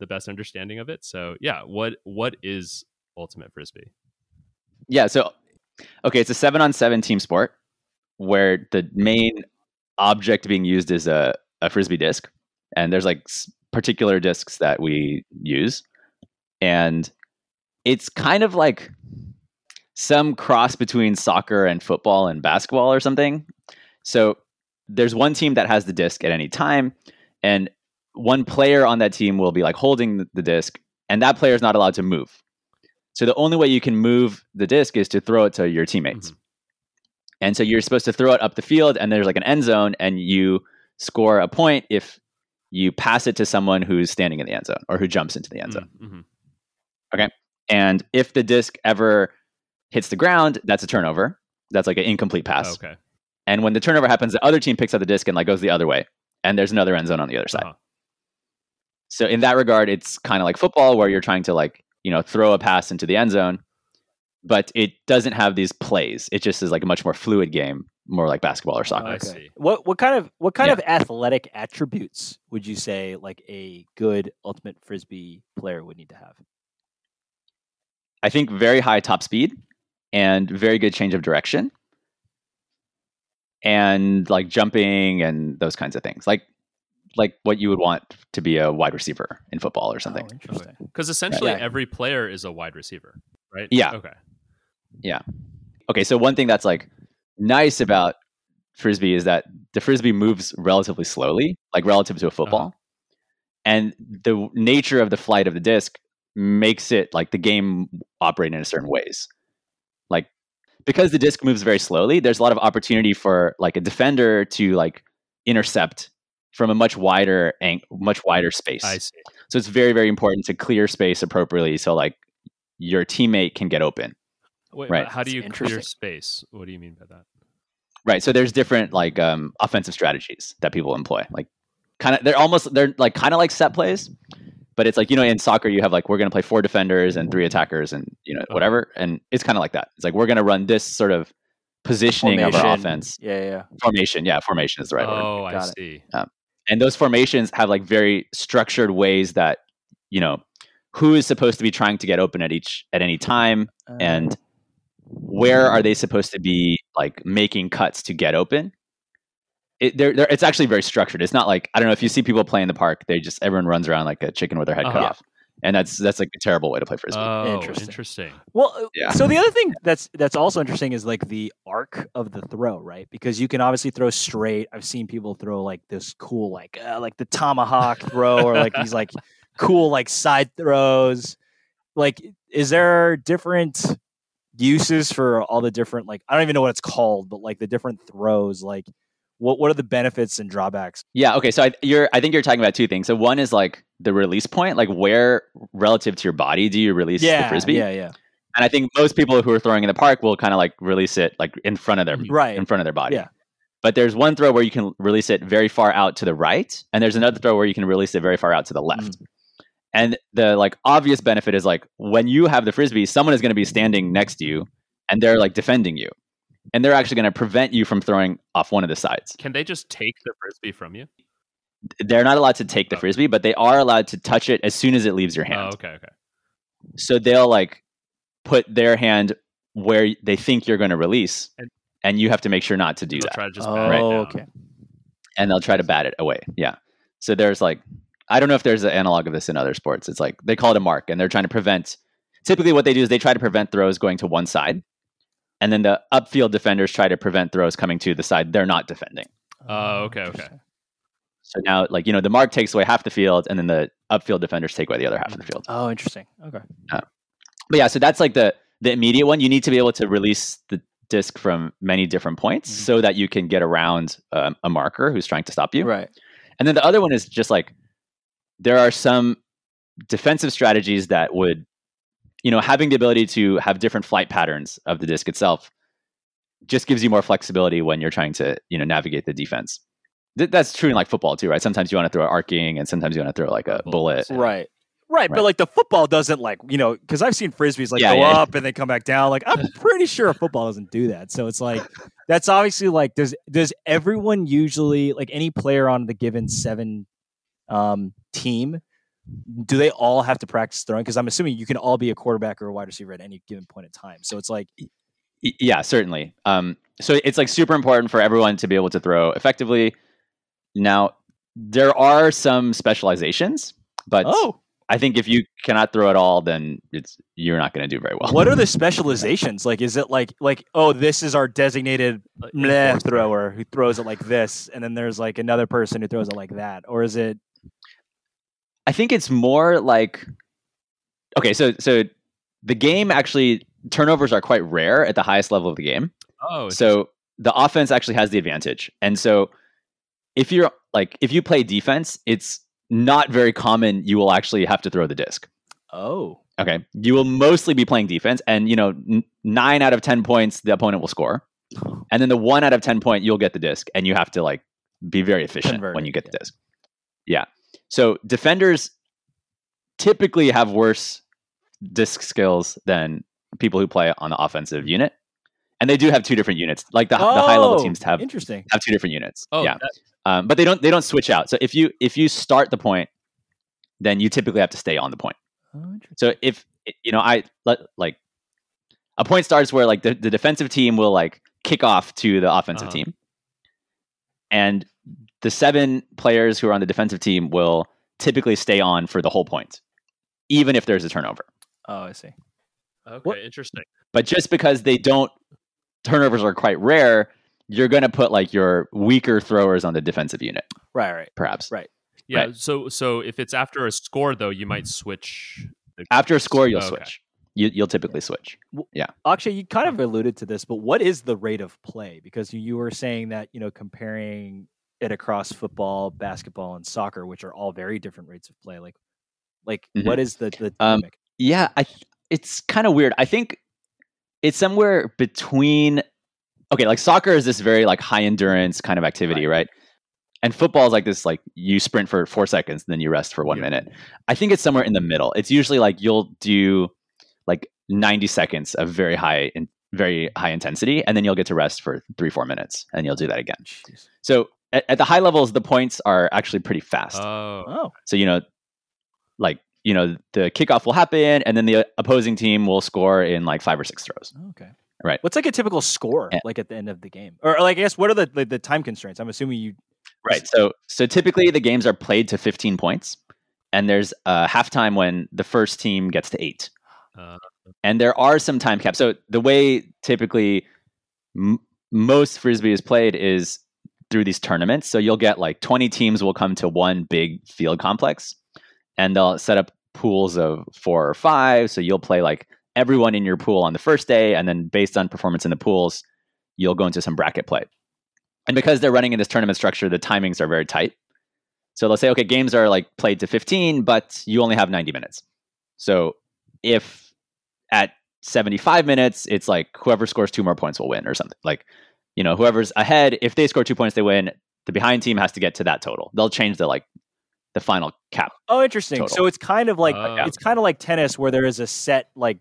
Speaker 1: the best understanding of it. So yeah, what what is ultimate frisbee?
Speaker 3: Yeah, so okay, it's a seven on seven team sport. where the main object being used is a, a frisbee disc and there's like s- particular discs that we use and it's kind of like some cross between soccer and football and basketball or something so there's one team that has the disc at any time and one player on that team will be like holding the- the disc and that player is not allowed to move so the only way you can move the disc is to throw it to your teammates and so you're supposed to throw it up the field, and there's like an end zone, and you score a point if you pass it to someone who's standing in the end zone or who jumps into the end zone.
Speaker 1: Mhm.
Speaker 3: And if the disc ever hits the ground, that's a turnover. That's like an incomplete pass.
Speaker 1: Okay.
Speaker 3: And when the turnover happens, the other team picks up the disc and like goes the other way, and there's another end zone on the other side.
Speaker 1: Uh-huh.
Speaker 3: So in that regard, it's kind of like football where you're trying to like, you know, throw a pass into the end zone, but it doesn't have these plays. It just is like a much more fluid game, more like basketball or soccer.
Speaker 1: Oh, I
Speaker 2: Okay.
Speaker 1: see.
Speaker 2: What what kind of what kind of athletic attributes would you say like a good ultimate frisbee player would need to have?
Speaker 3: I think very high top speed and very good change of direction and like jumping and those kinds of things. Like like what you would want to be a wide receiver in football or something.
Speaker 2: Oh, interesting.
Speaker 1: Because essentially
Speaker 3: Yeah.
Speaker 1: every player is a wide receiver, right?
Speaker 3: Yeah.
Speaker 1: Okay.
Speaker 3: Okay, so one thing that's like nice about frisbee is that the frisbee moves relatively slowly, like relative
Speaker 1: Uh-huh.
Speaker 3: to a football. And the w- nature of the flight of the disc makes it like the game operate in a certain ways. Like because the disc moves very slowly, there's a lot of opportunity for like a defender to like intercept from a much wider ang- much wider space.
Speaker 1: I see.
Speaker 3: So it's very very important to clear space appropriately so like your teammate can get open.
Speaker 1: Wait,
Speaker 3: Right.
Speaker 1: but how do
Speaker 2: That's
Speaker 1: you clear
Speaker 2: interesting.
Speaker 1: space? What do you mean by that?
Speaker 3: Right. So there's different like um, offensive strategies that people employ. Like kind of they're almost they're like kind of like set plays, but it's like you know in soccer you have like we're going to play four defenders and three attackers and you know
Speaker 1: Uh-huh.
Speaker 3: whatever and it's kind of like that. It's like we're going to run this sort of positioning of our
Speaker 2: Formation.
Speaker 3: offense
Speaker 2: Yeah, yeah.
Speaker 3: formation. Yeah, formation is the right word.
Speaker 1: oh, I
Speaker 2: Got it.
Speaker 1: see.
Speaker 3: And those formations have like very structured ways that you know who is supposed to be trying to get open at each at any time
Speaker 2: Uh,
Speaker 3: and where are they supposed to be like making cuts to get open? It, they're, they're, it's actually very structured. It's not like I don't know if you see people play in the park, they just everyone runs around like a chicken with their head cut
Speaker 1: Uh-huh.
Speaker 3: off, and that's that's like a terrible way to play frisbee.
Speaker 1: Oh,
Speaker 2: Interesting.
Speaker 1: interesting.
Speaker 2: Well, uh,
Speaker 3: Yeah.
Speaker 2: so the other thing that's that's also interesting is like the arc of the throw, right? Because you can obviously throw straight. I've seen people throw like this cool, like uh, like the tomahawk throw, or like these like cool like side throws. Like, is there different uses for all the different like I don't even know what it's called, but like the different throws, like. What, what are the benefits and drawbacks?
Speaker 3: Yeah. Okay. So I, you're, I think you're talking about two things. So one is like the release point, like where relative to your body do you release the frisbee?
Speaker 2: yeah, yeah,
Speaker 3: And I think most people who are throwing in the park will kind of like release it like in front of their
Speaker 2: right.
Speaker 3: in front of their body.
Speaker 2: Yeah.
Speaker 3: But there's one throw where you can release it very far out to the right, and there's another throw where you can release it very far out to the left.
Speaker 1: Mm.
Speaker 3: And the like obvious benefit is like when you have the frisbee, someone is going to be standing next to you and they're like defending you. And they're actually going to prevent you from throwing off one of the sides.
Speaker 1: Can they just take the frisbee from you? Oh,
Speaker 3: They're not allowed to take the
Speaker 1: Okay.
Speaker 3: frisbee, but they are allowed to touch it as soon as it leaves your
Speaker 1: Oh,
Speaker 3: hand.
Speaker 1: okay, okay.
Speaker 3: So they'll like put their hand where they think you're going to release,
Speaker 1: And-
Speaker 3: and you have to make sure not to do
Speaker 1: They'll
Speaker 3: that.
Speaker 1: Try to just
Speaker 2: oh,
Speaker 1: bat it down.
Speaker 2: okay.
Speaker 3: and they'll try to bat it away. Yeah. So there's like, I don't know if there's an analog of this in other sports. It's like they call it a mark, and they're trying to prevent. Typically, what they do is they try to prevent throws going to one side, and then the upfield defenders try to prevent throws coming to the side they're not defending. Uh,
Speaker 1: Oh, okay, okay.
Speaker 2: interesting.
Speaker 3: So now, like you know, the mark takes away half the field, and then the upfield defenders take away the other half of the field.
Speaker 2: Oh, interesting. Okay.
Speaker 3: But yeah, so that's like the the immediate one. You need to be able to release the disc from many different points
Speaker 2: Mhm.
Speaker 3: so that you can get around um, a marker who's trying to stop you.
Speaker 2: Right.
Speaker 3: And then the other one is just like there are some defensive strategies that would, you know, having the ability to have different flight patterns of the disc itself just gives you more flexibility when you're trying to, you know, navigate the defense. Th- that's true in like football too, right? Sometimes you want to throw arcing and sometimes you want to throw like a
Speaker 1: Bullet.
Speaker 3: bullet.
Speaker 1: Yeah.
Speaker 2: Right. Right, but
Speaker 3: Right.
Speaker 2: like the football doesn't like you know because I've seen frisbees like
Speaker 3: Yeah,
Speaker 2: go
Speaker 3: yeah.
Speaker 2: up and then come back down. Like I'm pretty sure football doesn't do that. So it's like that's obviously like does does everyone usually like any player on the given seven um, team do they all have to practice throwing? Because I'm assuming you can all be a quarterback or a wide receiver at any given point in time. So it's like
Speaker 3: Y- yeah, certainly. Um, so it's like super important for everyone to be able to throw effectively. Now, there are some specializations, but
Speaker 2: Oh,
Speaker 3: I think if you cannot throw at all, then it's you're not going to do very well.
Speaker 2: what are the specializations? Like, is it like like oh, this is our designated meh thrower who throws it like this, and then there's like another person who throws it like that, or is it
Speaker 3: I think it's more like okay, so so the game actually turnovers are quite rare at the highest level of the game.
Speaker 1: Oh,
Speaker 3: so the offense actually has the advantage. And so if you're like if you play defense, it's not very common you will actually have to throw the disc.
Speaker 2: oh
Speaker 3: Okay. You will mostly be playing defense and you know n- 9 out of 10 points the opponent will score. And then the 1 out of 10 point you'll get the disc and you have to like be very efficient
Speaker 2: Convert
Speaker 3: when
Speaker 2: it,
Speaker 3: you get the
Speaker 2: yeah.
Speaker 3: disc. Yeah. So defenders typically have worse disc skills than people who play on the offensive unit. And they do have two different units. Like the, the high level
Speaker 2: Mm. Oh,
Speaker 3: teams have
Speaker 2: interesting.
Speaker 3: have two different units.
Speaker 1: oh,
Speaker 3: yeah.
Speaker 1: that-
Speaker 3: Um, but they don't they don't switch out. So if you if you start the point, then you typically have to stay on the point.
Speaker 2: Oh, interesting.
Speaker 3: So if you know I let like a point starts where like the, the defensive team will like kick off to the offensive
Speaker 1: Uh-huh.
Speaker 3: team, and the seven players who are on the defensive team will typically stay on for the whole point, even if there's a turnover.
Speaker 2: Oh, I see.
Speaker 1: okay,
Speaker 2: What-
Speaker 1: interesting.
Speaker 3: But just because they don't turnovers are quite rare, you're going to put like your weaker throwers on the defensive unit,
Speaker 2: Right, right.
Speaker 3: perhaps.
Speaker 1: Yeah.
Speaker 3: Right.
Speaker 1: So so if it's after a score though, you might switch. the-
Speaker 3: after a score you'll
Speaker 1: Okay.
Speaker 3: switch you, you'll typically switch
Speaker 2: Akshay, you kind of alluded to this, but what is the rate of play? Because you- you were saying that, you know, comparing it across football, basketball, and soccer, which are all very different rates of play. Like, like
Speaker 3: Mhm.
Speaker 2: what is the the
Speaker 3: Um,
Speaker 2: dynamic?
Speaker 3: yeah I, th- it's kind of weird i think it's somewhere between okay like soccer is this very like high endurance kind of activity right, and football is like this like you sprint for four seconds and then you rest for one
Speaker 1: Yeah.
Speaker 3: minute i think it's somewhere in the middle it's usually like you'll do like 90 seconds of very high in, very high intensity and then you'll get to rest for three four minutes and you'll do that again
Speaker 2: Jeez.
Speaker 3: so at, at the high levels the points are actually pretty fast
Speaker 1: Oh,
Speaker 2: Oh,
Speaker 3: So you know, like you know, the kickoff will happen, and then the opposing team will score in like five or six throws.
Speaker 2: okay.
Speaker 3: Right.
Speaker 2: What's like a typical score
Speaker 3: Yeah.
Speaker 2: like at the end of the game? Or, or, like I guess what are the like, the time constraints? I'm assuming you
Speaker 3: Right. So so typically the games are played to fifteen points, and there's a halftime when the first team gets to eight,
Speaker 1: Uh.
Speaker 3: and there are some time caps. So the way typically m- most frisbee is played is through these tournaments. So you'll get like twenty teams will come to one big field complex, and they'll set up pools of four or five. So you'll play like everyone in your pool on the first day, and then based on performance in the pools, you'll go into some bracket play. And because they're running in this tournament structure, the timings are very tight. So let's say, okay, games are like played to 15, but you only have 90 minutes. So if at 75 minutes, it's like whoever scores two more points will win or something. Like, you know, whoever's ahead, if they score two points, they win. The behind team has to get to that total. They'll change the like the final cap.
Speaker 2: Oh, interesting. So
Speaker 3: Total.
Speaker 2: it's kind of like
Speaker 1: Oh, yeah.
Speaker 2: it's kind of like tennis where there is a set like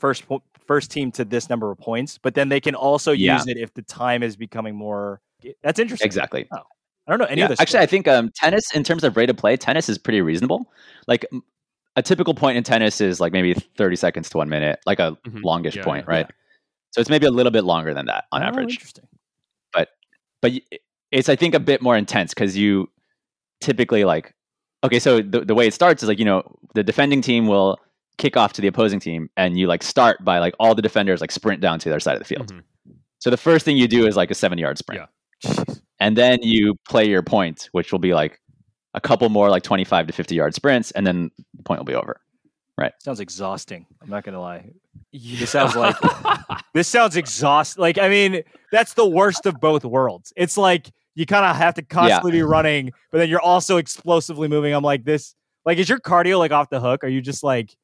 Speaker 2: first po- first team to this number of points, but then they can also
Speaker 3: Yeah.
Speaker 2: use it if the time is becoming more. That's interesting.
Speaker 3: Exactly.
Speaker 2: I don't know any
Speaker 3: Yeah,
Speaker 2: of this.
Speaker 3: Actually, I think um, tennis, in terms of rate of play, tennis is pretty reasonable. Like m- a typical point in tennis is like maybe 30 seconds to one minute, like a
Speaker 1: Mhm.
Speaker 3: longish
Speaker 1: Yeah,
Speaker 3: point,
Speaker 1: yeah. Oh,
Speaker 3: right? So it's maybe a little bit longer than that on average.
Speaker 2: Oh, Interesting.
Speaker 3: But y- it's, I think, a bit more intense because you typically like, okay, so the, the way it starts is like, you know, the defending team will kick off to the opposing team and you like start by like all the defenders like sprint down to their side of the field.
Speaker 1: mhm.
Speaker 3: So the first thing you do is like a seven yard sprint.
Speaker 1: Yeah.
Speaker 2: Jeez.
Speaker 3: and then you play your point, which will be like a couple more like 25 to 50 yard sprints, and then the point will be over.
Speaker 2: Sounds exhausting. I'm not gonna lie.
Speaker 1: Yeah.
Speaker 2: sounds like- This sounds exhaust. Like I mean, that's the worst of both worlds. It's like you kind of have to constantly be running, but then you're also explosively moving. I'm like this. Like, is your cardio like off the hook? Are you just like,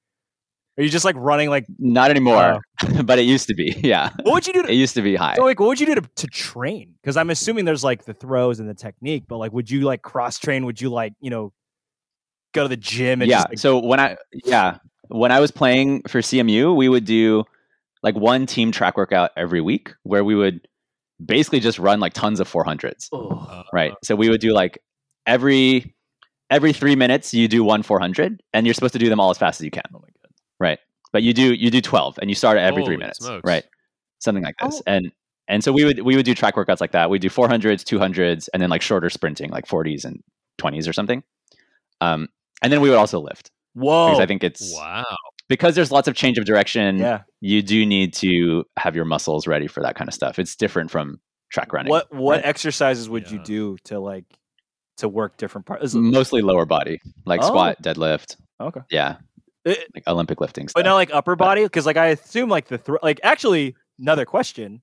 Speaker 2: are you just like running like?
Speaker 3: Not anymore, but it used to be. Yeah,
Speaker 2: What would you do to
Speaker 3: it used to be high.
Speaker 2: So like, what would you do to, to train? Because I'm assuming there's like the throws and the technique, but like, would you like cross train? Would you like you know go to the gym and
Speaker 3: Yeah.
Speaker 2: just, like,
Speaker 3: So when I yeah when I was playing for CMU, we would do like one team track workout every week, where we would basically just run like tons of 400s.
Speaker 2: oh,
Speaker 3: Right. So we would do like every every three minutes you do one 400, and you're supposed to do them all as fast as you can.
Speaker 2: oh my god,
Speaker 3: But you do you do 12, and you start at every
Speaker 1: Holy
Speaker 3: three minutes.
Speaker 1: smokes.
Speaker 3: Right. something like this. And and so we would we would do track workouts like that. We do 400s, 200s, and then like shorter sprinting, like 40s and 20s or something. Um, and then we would also lift
Speaker 4: Whoa.
Speaker 3: because I think it's
Speaker 1: Wow.
Speaker 3: because there's lots of change of direction.
Speaker 2: Oh. Yeah.
Speaker 3: You do need to have your muscles ready for that kind of stuff. It's different from track running.
Speaker 2: What what
Speaker 3: Right.
Speaker 2: exercises would you
Speaker 1: Yeah.
Speaker 2: do to like to work different parts?
Speaker 3: Mostly lower body, like
Speaker 2: Oh.
Speaker 3: squat, deadlift.
Speaker 2: Okay.
Speaker 3: Yeah,
Speaker 2: It-
Speaker 3: like Olympic lifting stuff.
Speaker 2: but not like upper body because like i assume like the thr like actually another question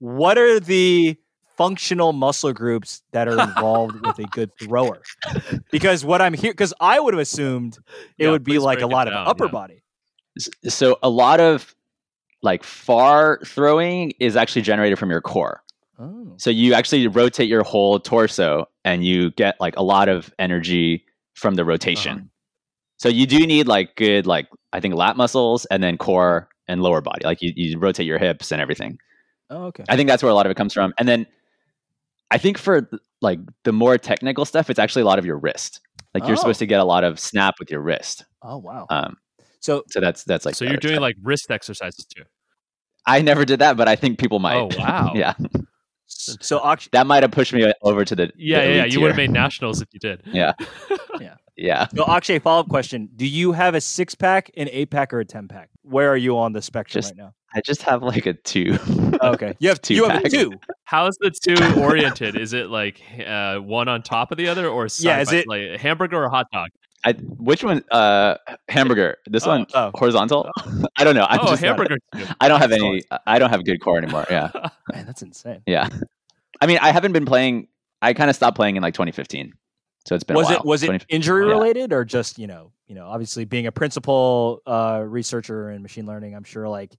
Speaker 2: what are the functional muscle groups that are involved with a good thrower because what i'm here because i would have assumed it
Speaker 1: Yeah,
Speaker 2: would be
Speaker 1: please
Speaker 2: like a
Speaker 1: break it
Speaker 2: lot of
Speaker 1: down,
Speaker 2: upper
Speaker 1: yeah.
Speaker 2: body
Speaker 3: S- so a lot of like far throwing is actually generated from your core.
Speaker 2: oh
Speaker 3: So you actually rotate your whole torso and you get like a lot of energy from the rotation.
Speaker 2: Uh-huh.
Speaker 3: So you do need like good like I think lat muscles and then core and lower body. Like you, you rotate your hips and everything.
Speaker 2: oh okay
Speaker 3: I think that's where a lot of it comes from. And then I think for like the more technical stuff, it's actually a lot of your wrist. Like you're
Speaker 2: Oh.
Speaker 3: supposed to get a lot of snap with your wrist.
Speaker 2: oh wow
Speaker 1: uh,
Speaker 3: Um,
Speaker 2: so
Speaker 3: so that's that's like
Speaker 1: so
Speaker 3: the
Speaker 1: you're
Speaker 3: other
Speaker 1: doing
Speaker 3: stuff.
Speaker 1: like wrist exercises too.
Speaker 3: I never did that, but I think people might.
Speaker 1: Oh wow.
Speaker 3: yeah,
Speaker 2: so oct-
Speaker 3: that might have pushed me over to the
Speaker 1: Yeah,
Speaker 3: the
Speaker 1: yeah, yeah.
Speaker 3: elite
Speaker 1: You would have
Speaker 3: tier.
Speaker 1: made nationals if you did.
Speaker 3: Yeah. yeah.
Speaker 2: so Akshay, follow-up question do you have a six-pack an eight-pack or a ten-pack where are you on the spectrum
Speaker 3: Just-
Speaker 2: right now Oh,
Speaker 3: I just have like a two.
Speaker 2: okay you have two you have a
Speaker 3: Two-pack.
Speaker 2: two
Speaker 1: How is the two oriented? Is it like uh, one on top of the other, or side
Speaker 2: Yeah, is
Speaker 1: by-
Speaker 2: it-
Speaker 1: like a hamburger or a hot dog?
Speaker 3: I, which one? Uh, hamburger. This
Speaker 1: Oh,
Speaker 3: one
Speaker 2: oh.
Speaker 3: horizontal. I don't know. I'm
Speaker 1: oh, a
Speaker 3: just not-
Speaker 1: hamburger. too.
Speaker 3: I don't have any. I don't have good core anymore. Yeah.
Speaker 2: man that's insane
Speaker 3: I mean, I haven't been playing. I kind of stopped playing in like 2015. So it's been
Speaker 2: was
Speaker 3: a while.
Speaker 2: it was it
Speaker 3: 20
Speaker 2: injury
Speaker 3: yeah.
Speaker 2: related or just you know you know obviously being a principal uh, researcher in machine learning i'm sure like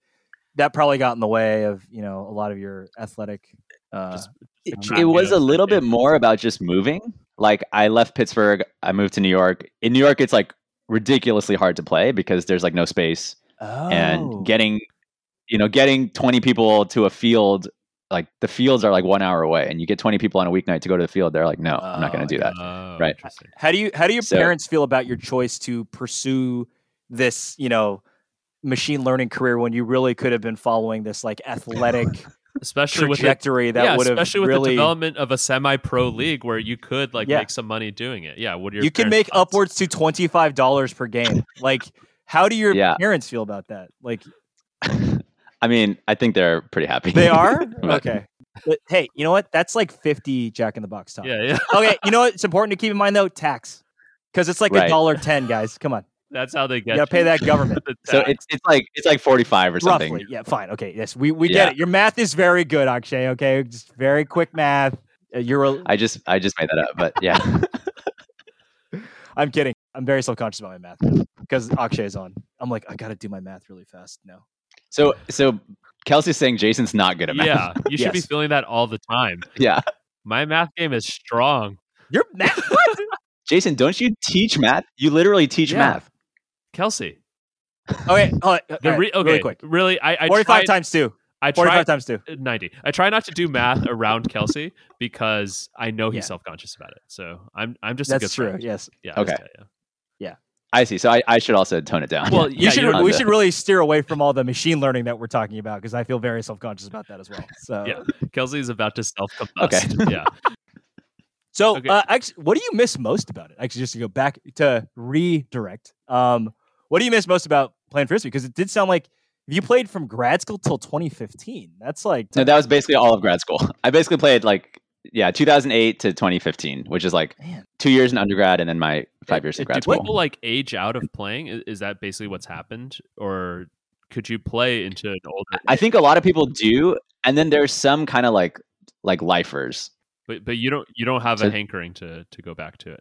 Speaker 2: that probably got in the way of you know a lot of your athletic uh,
Speaker 1: Just-
Speaker 3: it, it was a little bit more about just moving. Like I left Pittsburgh, I moved to New York. In New York, it's like ridiculously hard to play because there's like no space
Speaker 2: Oh.
Speaker 3: and getting, you know, getting 20 people to a field. Like the fields are like one hour away, and you get 20 people on a weeknight to go to the field. They're like, no, I'm not
Speaker 2: Oh,
Speaker 3: going to do that.
Speaker 1: Oh,
Speaker 3: Right.
Speaker 1: interesting.
Speaker 2: how do you how do your
Speaker 3: So-
Speaker 2: parents feel about your choice to pursue this you know machine learning career when you really could have been following this like athletic
Speaker 1: Especially with the,
Speaker 2: trajectory that
Speaker 1: yeah,
Speaker 2: would have
Speaker 1: especially with the
Speaker 2: really
Speaker 1: development of a semi-pro
Speaker 3: Mm-hmm.
Speaker 1: league where you could like
Speaker 2: Yeah.
Speaker 1: make some money doing it. Yeah, what are your
Speaker 2: you can
Speaker 1: parents'
Speaker 2: make
Speaker 1: thoughts?
Speaker 2: upwards to twenty five dollars per game. Like, how do your
Speaker 3: Yeah.
Speaker 2: parents feel about that? Like,
Speaker 3: I mean, I think they're pretty happy.
Speaker 2: they are
Speaker 3: But-
Speaker 2: okay. But hey, you know what? That's like fifty Jack in the Box time.
Speaker 1: Yeah, yeah.
Speaker 2: Okay, you know what? It's important to keep in mind though tax, because it's like a
Speaker 3: Right.
Speaker 2: dollar ten, guys. Come on,
Speaker 1: That's how they get.
Speaker 2: you gotta pay that government.
Speaker 1: The
Speaker 3: So
Speaker 1: tax.
Speaker 3: it's it's like it's like 45 or something.
Speaker 2: Roughly, yeah, fine. Okay, yes, we, we
Speaker 3: Yeah.
Speaker 2: get it. Your math is very good, Akshay. Okay, just very quick math. Uh, You're, a,
Speaker 3: I just I just made that up, but yeah.
Speaker 2: I'm kidding. I'm very self conscious about my math because Akshay is on. I'm like, I gotta do my math really fast. No,
Speaker 3: So so Kelsey's saying Jason's not good at math.
Speaker 1: yeah, you should be
Speaker 2: Yes.
Speaker 1: feeling that all the time.
Speaker 3: Yeah.
Speaker 1: My math game is strong.
Speaker 2: your math.
Speaker 3: Jason, don't you teach math? You literally teach
Speaker 1: Yeah.
Speaker 3: math.
Speaker 1: Kelsey,
Speaker 2: okay, all right,
Speaker 1: the
Speaker 2: all right,
Speaker 1: re- okay,
Speaker 2: really quick.
Speaker 1: really, I, I
Speaker 2: Forty five
Speaker 1: tried,
Speaker 2: times two.
Speaker 1: I
Speaker 2: Forty
Speaker 1: tried
Speaker 2: five times two.
Speaker 1: 90. I try not to do math around Kelsey because I know he's
Speaker 2: Yeah.
Speaker 1: self-conscious about it. So I'm I'm just a good
Speaker 2: That's true.
Speaker 1: friend.
Speaker 2: Yes.
Speaker 1: Yeah.
Speaker 3: Okay.
Speaker 1: yeah, yeah.
Speaker 3: I see. So I, I should also tone it down.
Speaker 1: Well,
Speaker 2: You
Speaker 1: yeah,
Speaker 2: should.
Speaker 1: you're-
Speaker 3: on
Speaker 2: We
Speaker 3: the-
Speaker 2: should really steer away from all the machine learning that we're talking about because I feel very self conscious about that as well. So,
Speaker 1: Yeah. Kelsey's about to self-combust. Yeah.
Speaker 2: so
Speaker 1: Okay.
Speaker 2: uh, actually, what do you miss most about it? Actually, just to go back to redirect. Um, what do you miss most about playing frisbee? Because it did sound like if you played from grad school till 2015, that's like
Speaker 3: no, that was basically all of grad school. I basically played like yeah, 2008 to 2015, which is like
Speaker 2: Man.
Speaker 3: two years in undergrad and then my five years in
Speaker 1: Do
Speaker 3: grad
Speaker 1: people
Speaker 3: school.
Speaker 1: like age out of playing? Is, is that basically what's happened, or could you play into an older?
Speaker 3: I think a lot of people do, and then there's some kind of like like lifers.
Speaker 1: But but you don't you don't have
Speaker 3: So-
Speaker 1: a hankering to to go back to it.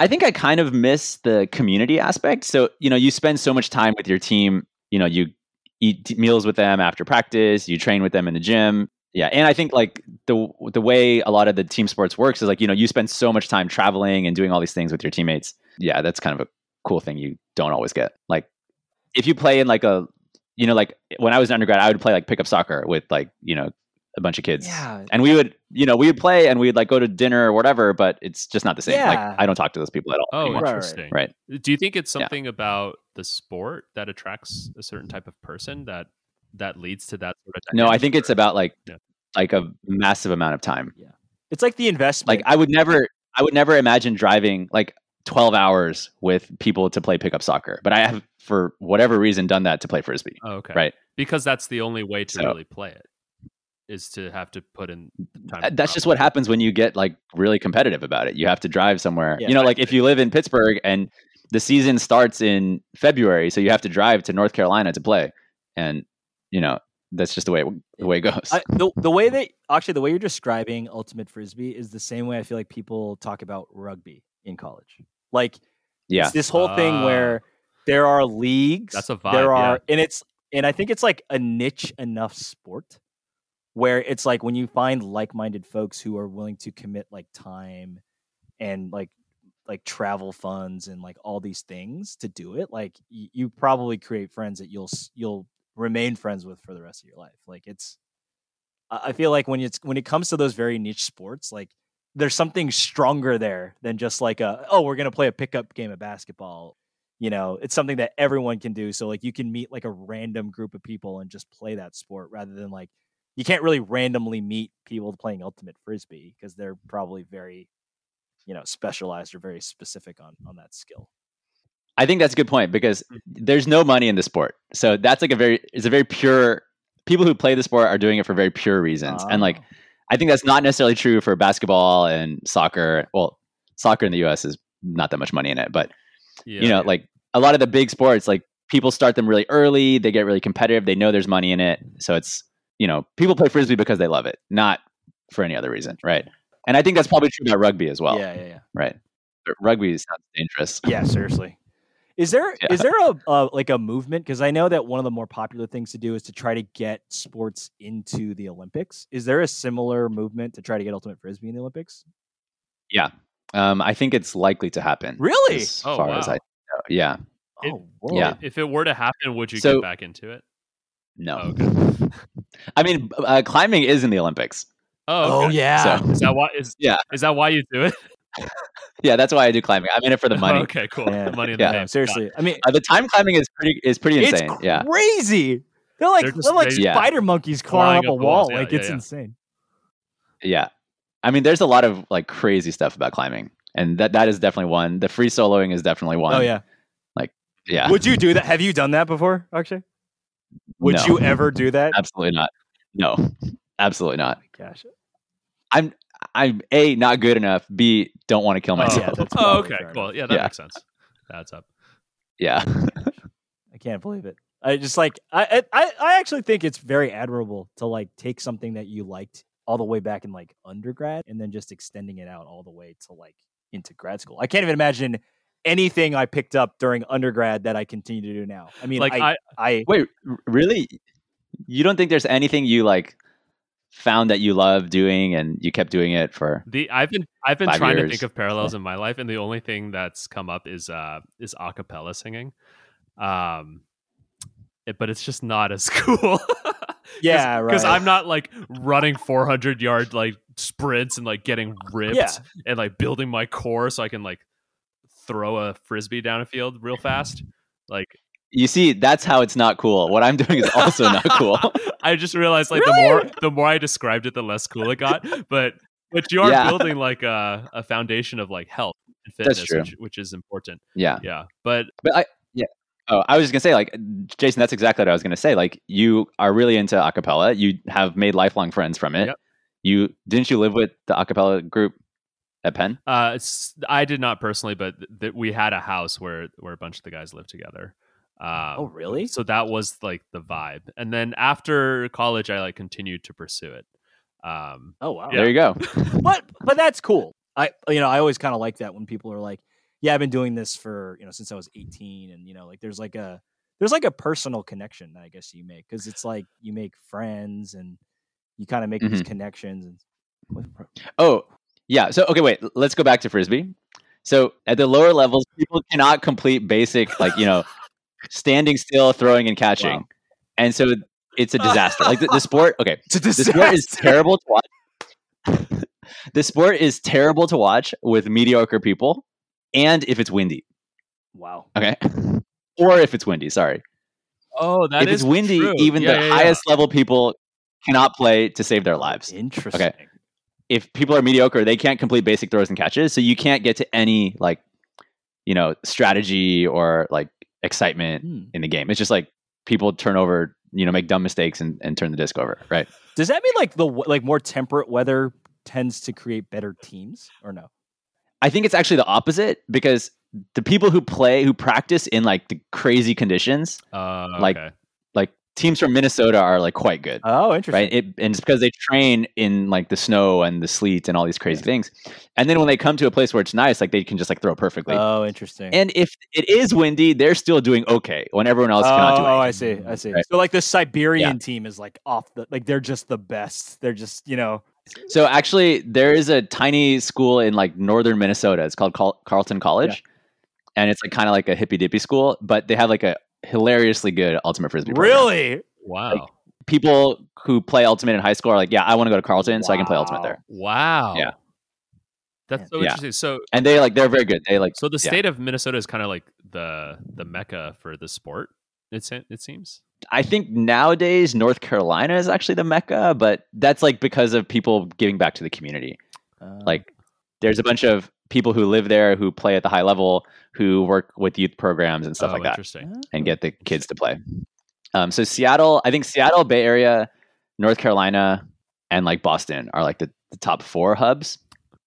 Speaker 3: I think I kind of miss the community aspect. So, you know, you spend so much time with your team, you know, you eat t- meals with them after practice, you train with them in the gym. Yeah, and I think like the the way a lot of the team sports works is like, you know, you spend so much time traveling and doing all these things with your teammates. Yeah, that's kind of a cool thing you don't always get. Like if you play in like a you know, like when I was an undergrad, I would play like pickup soccer with like, you know, a bunch of kids.
Speaker 2: yeah,
Speaker 3: And we would, you know, we would play and we'd like go to dinner or whatever, but it's just not the same.
Speaker 2: Yeah.
Speaker 3: Like I don't talk to those people at all.
Speaker 1: Oh,
Speaker 3: anymore.
Speaker 2: Right, right,
Speaker 1: interesting.
Speaker 3: right.
Speaker 1: Do you think it's
Speaker 3: Yeah.
Speaker 1: something about the sport that attracts a certain type of person that that leads to that sort of
Speaker 3: No, I
Speaker 1: dynamic
Speaker 3: think it's
Speaker 1: where
Speaker 3: about like
Speaker 1: Yeah.
Speaker 3: like a massive amount of time.
Speaker 2: It's like the investment.
Speaker 3: Like I would never I would never imagine driving like 12 hours with people to play pickup soccer, but I have for whatever reason done that to play frisbee.
Speaker 1: oh, okay
Speaker 3: right.
Speaker 1: because that's the only way to
Speaker 3: So-
Speaker 1: really play it is to have to put in the time
Speaker 3: Uh,
Speaker 1: to
Speaker 3: That's just
Speaker 1: properly-
Speaker 3: what happens when you get like really competitive about it. You have to drive somewhere.
Speaker 2: Yeah.
Speaker 3: you know, like if you live in Pittsburgh and the season starts in February, so you have to drive to North Carolina to play. And you know, that's just the way it, the way it goes.
Speaker 2: I, the, the way that actually the way you're describing ultimate frisbee is the same way I feel like people talk about rugby in college. Like it's
Speaker 3: yeah.
Speaker 2: this whole thing
Speaker 1: Ah.
Speaker 2: where there are leagues.
Speaker 1: That's a vibe,
Speaker 2: There
Speaker 1: yeah.
Speaker 2: are and it's and I think it's like a niche enough sport where it's like when you find like-minded folks who are willing to commit like time and like like travel funds and like all these things to do it like y- you probably create friends that you'll s- you'll remain friends with for the rest of your life like it's i I feel like when it's when it comes to those very niche sports like there's something stronger there than just like a oh we're going to play a pickup game of basketball you know it's something that everyone can do so like you can meet like a random group of people and just play that sport rather than like you can't really randomly meet people playing ultimate frisbee because they're
Speaker 3: Mm-hmm.
Speaker 2: probably very you know specialized or very specific on on that skill
Speaker 3: I think that's a good point because
Speaker 2: Mm.
Speaker 3: there's no money in the sport. So that's like a very it's a very pure people who play the sport are doing it for very pure reasons. And like
Speaker 2: Ah.
Speaker 3: I think that's not necessarily true for basketball and soccer. Well, soccer in the US is not that much money in it, but
Speaker 1: yeah,
Speaker 3: you know,
Speaker 1: yeah.
Speaker 3: like a lot of the big sports, like people start them really early, they get really competitive, they know there's money in it. So it's, you know, people play frisbee because they love it, not for any other reason, right? And I think that's probably true about rugby as well,
Speaker 2: yeah yeah yeah
Speaker 3: right? But rugby sounds dangerous.
Speaker 2: yeah seriously is there is
Speaker 3: Yeah.
Speaker 2: there a, a like a movement because i know that one of the more popular things to do is to try to get sports into the olympics is there a similar movement to try to get ultimate frisbee in the olympics
Speaker 3: Um, I think it's likely to happen.
Speaker 2: Really?
Speaker 3: As
Speaker 1: Oh,
Speaker 3: far as
Speaker 1: wow.
Speaker 3: I know. Yeah.
Speaker 1: It-
Speaker 2: oh
Speaker 1: Well,
Speaker 2: whoa.
Speaker 3: yeah.
Speaker 1: if it were to happen would you
Speaker 3: So-
Speaker 1: get back into it
Speaker 3: No.
Speaker 1: Oh,
Speaker 3: I mean, b- uh, climbing is in the Olympics.
Speaker 1: oh,
Speaker 2: oh
Speaker 1: okay.
Speaker 2: yeah
Speaker 3: So
Speaker 1: is that why is
Speaker 3: Yeah.
Speaker 1: is that why you do it
Speaker 3: yeah, that's why I do climbing. I'm in it for the money.
Speaker 1: okay cool
Speaker 2: Yeah.
Speaker 1: the money in the
Speaker 3: Yeah.
Speaker 2: No,
Speaker 1: name
Speaker 2: Um, seriously i mean
Speaker 3: Uh, the time climbing is pretty is pretty
Speaker 2: it's
Speaker 3: insane. yeah.
Speaker 2: crazy they're like
Speaker 1: They're
Speaker 2: they're,
Speaker 1: just-
Speaker 2: like
Speaker 3: they- Yeah.
Speaker 2: spider monkeys crawling
Speaker 1: Flying
Speaker 2: up a
Speaker 1: up
Speaker 2: wall
Speaker 1: walls, yeah,
Speaker 2: like
Speaker 1: yeah,
Speaker 2: it's
Speaker 1: yeah.
Speaker 2: insane
Speaker 3: Yeah. I mean, there's a lot of like crazy stuff about climbing. And that that is definitely one. The free soloing is definitely one.
Speaker 2: oh yeah
Speaker 3: Yeah.
Speaker 2: would you do that have you done that before akshay would
Speaker 3: No.
Speaker 2: you ever do that Oh
Speaker 3: Absolutely not. No. Absolutely not.
Speaker 2: gosh
Speaker 3: I'm A, not good enough. B, don't want to kill
Speaker 1: Oh.
Speaker 3: myself.
Speaker 2: that's
Speaker 1: oh
Speaker 2: probably
Speaker 1: okay
Speaker 2: fair
Speaker 1: cool
Speaker 2: enough.
Speaker 1: yeah that
Speaker 3: Yeah.
Speaker 1: makes sense that's up
Speaker 3: Yeah.
Speaker 2: I can't believe it. I just like I I- I I actually think it's very admirable to like take something that you liked all the way back in like undergrad and then just extending it out all the way to like into grad school. I can't even imagine anything I picked up during undergrad that I continue to do now. I mean,
Speaker 1: like
Speaker 2: I,
Speaker 1: I,
Speaker 2: I
Speaker 3: Wait, r- really? You don't think there's anything you like found that you love doing and you kept doing it for
Speaker 1: the I've been I've been
Speaker 3: Five
Speaker 1: trying to
Speaker 3: years.
Speaker 1: think of parallels in my life, and the only thing that's come up is uh is acapella singing, um, it- but it's just not as cool.
Speaker 2: yeah,
Speaker 1: because
Speaker 2: right.
Speaker 1: I'm not like running 400 yard like sprints and like getting ripped
Speaker 2: Yeah.
Speaker 1: and like building my core so I can like throw a frisbee down a field real fast. Like
Speaker 3: you see that's how it's not cool what i'm doing is also not cool
Speaker 1: I just realized like the more the more I described it, the less cool it got. But but you are
Speaker 3: Yeah.
Speaker 1: building like a, a foundation of like health and
Speaker 3: That's
Speaker 1: fitness,
Speaker 3: true.
Speaker 1: which, which is important.
Speaker 3: yeah
Speaker 1: Yeah, but
Speaker 3: But I, yeah. Oh, I was just gonna say, like, Jason, that's exactly what I was gonna say. Like, you are really into acapella. You have made lifelong friends from it.
Speaker 1: Yep.
Speaker 3: You didn't you live with the acapella group at Penn?
Speaker 1: Uh, it's, I did not personally, but th- th- we had a house where where a bunch of the guys lived together. Um,
Speaker 2: oh really?
Speaker 1: So that was like the vibe. And then after college, I like continued to pursue it. Um,
Speaker 2: oh wow.
Speaker 3: There you go.
Speaker 2: but but that's cool. I you know I always kind of like that when people are like, yeah, I've been doing this for you know since I was 18, and you know like there's like a there's like a personal connection that I guess you make because it's like you make friends and you kind of make these connections and
Speaker 3: Oh, yeah. So okay, wait. Let's go back to frisbee. So at the lower levels, people cannot complete basic, like you know, standing still, throwing, and catching,
Speaker 2: Wow.
Speaker 3: and so it's a disaster. like the, the sport. Okay,
Speaker 2: to
Speaker 3: the sport is terrible to watch. the sport is terrible to watch with mediocre people, and if it's windy,
Speaker 2: wow.
Speaker 3: okay, or if it's windy. Sorry,
Speaker 1: Oh, that
Speaker 3: if
Speaker 1: is
Speaker 3: it's windy,
Speaker 1: true.
Speaker 3: even
Speaker 1: Yeah,
Speaker 3: the
Speaker 1: yeah, yeah.
Speaker 3: highest level people cannot play to save their lives.
Speaker 2: Interesting.
Speaker 3: If people are mediocre, they can't complete basic throws and catches, so you can't get to any like you know strategy or like excitement
Speaker 2: Hmm.
Speaker 3: in the game. It's just like people turn over, you know, make dumb mistakes and, and turn the disc over, right?
Speaker 2: Does that mean like the w- like more temperate weather tends to create better teams or no?
Speaker 3: I think it's actually the opposite because the people who play who practice in like the crazy conditions,
Speaker 1: Uh,
Speaker 3: like,
Speaker 1: okay.
Speaker 3: like teams from Minnesota are like quite good.
Speaker 2: Oh, interesting.
Speaker 3: right? It, and it's because they train in like the snow and the sleet and all these crazy things. And then when they come to a place where it's nice, like they can just like throw perfectly.
Speaker 2: Oh, interesting.
Speaker 3: and if it is windy, they're still doing okay when everyone else
Speaker 2: oh,
Speaker 3: cannot do
Speaker 2: I
Speaker 3: it.
Speaker 2: see. I see.
Speaker 3: Right.
Speaker 2: So like the Siberian team is like off the like they're just the best. They're just you know
Speaker 3: So actually, there is a tiny school in like northern Minnesota. It's called Carl- Carlton College, and it's like kind of like a hippy dippy school, but they have like a hilariously good ultimate frisbee. program.
Speaker 2: really.
Speaker 1: wow,
Speaker 3: people who play ultimate in high school are like, yeah, I want to go to Carlton so I can play ultimate
Speaker 2: Wow.
Speaker 3: there.
Speaker 1: wow.
Speaker 3: Yeah.
Speaker 1: That's so
Speaker 3: Yeah.
Speaker 1: interesting. So,
Speaker 3: And they like they're very good. They like
Speaker 1: so the
Speaker 3: Yeah.
Speaker 1: state of Minnesota is kind of like the the mecca for the sport. It se- it seems.
Speaker 3: I think nowadays North Carolina is actually the mecca, but that's like because of people giving back to the community.
Speaker 2: Uh,
Speaker 3: Like there's a bunch of people who live there who play at the high level who work with youth programs and stuff
Speaker 1: oh,
Speaker 3: like that
Speaker 1: Interesting.
Speaker 3: and get the kids to play. Um, so Seattle, I think Seattle, Bay Area, North Carolina, and like Boston are like the, the top four hubs.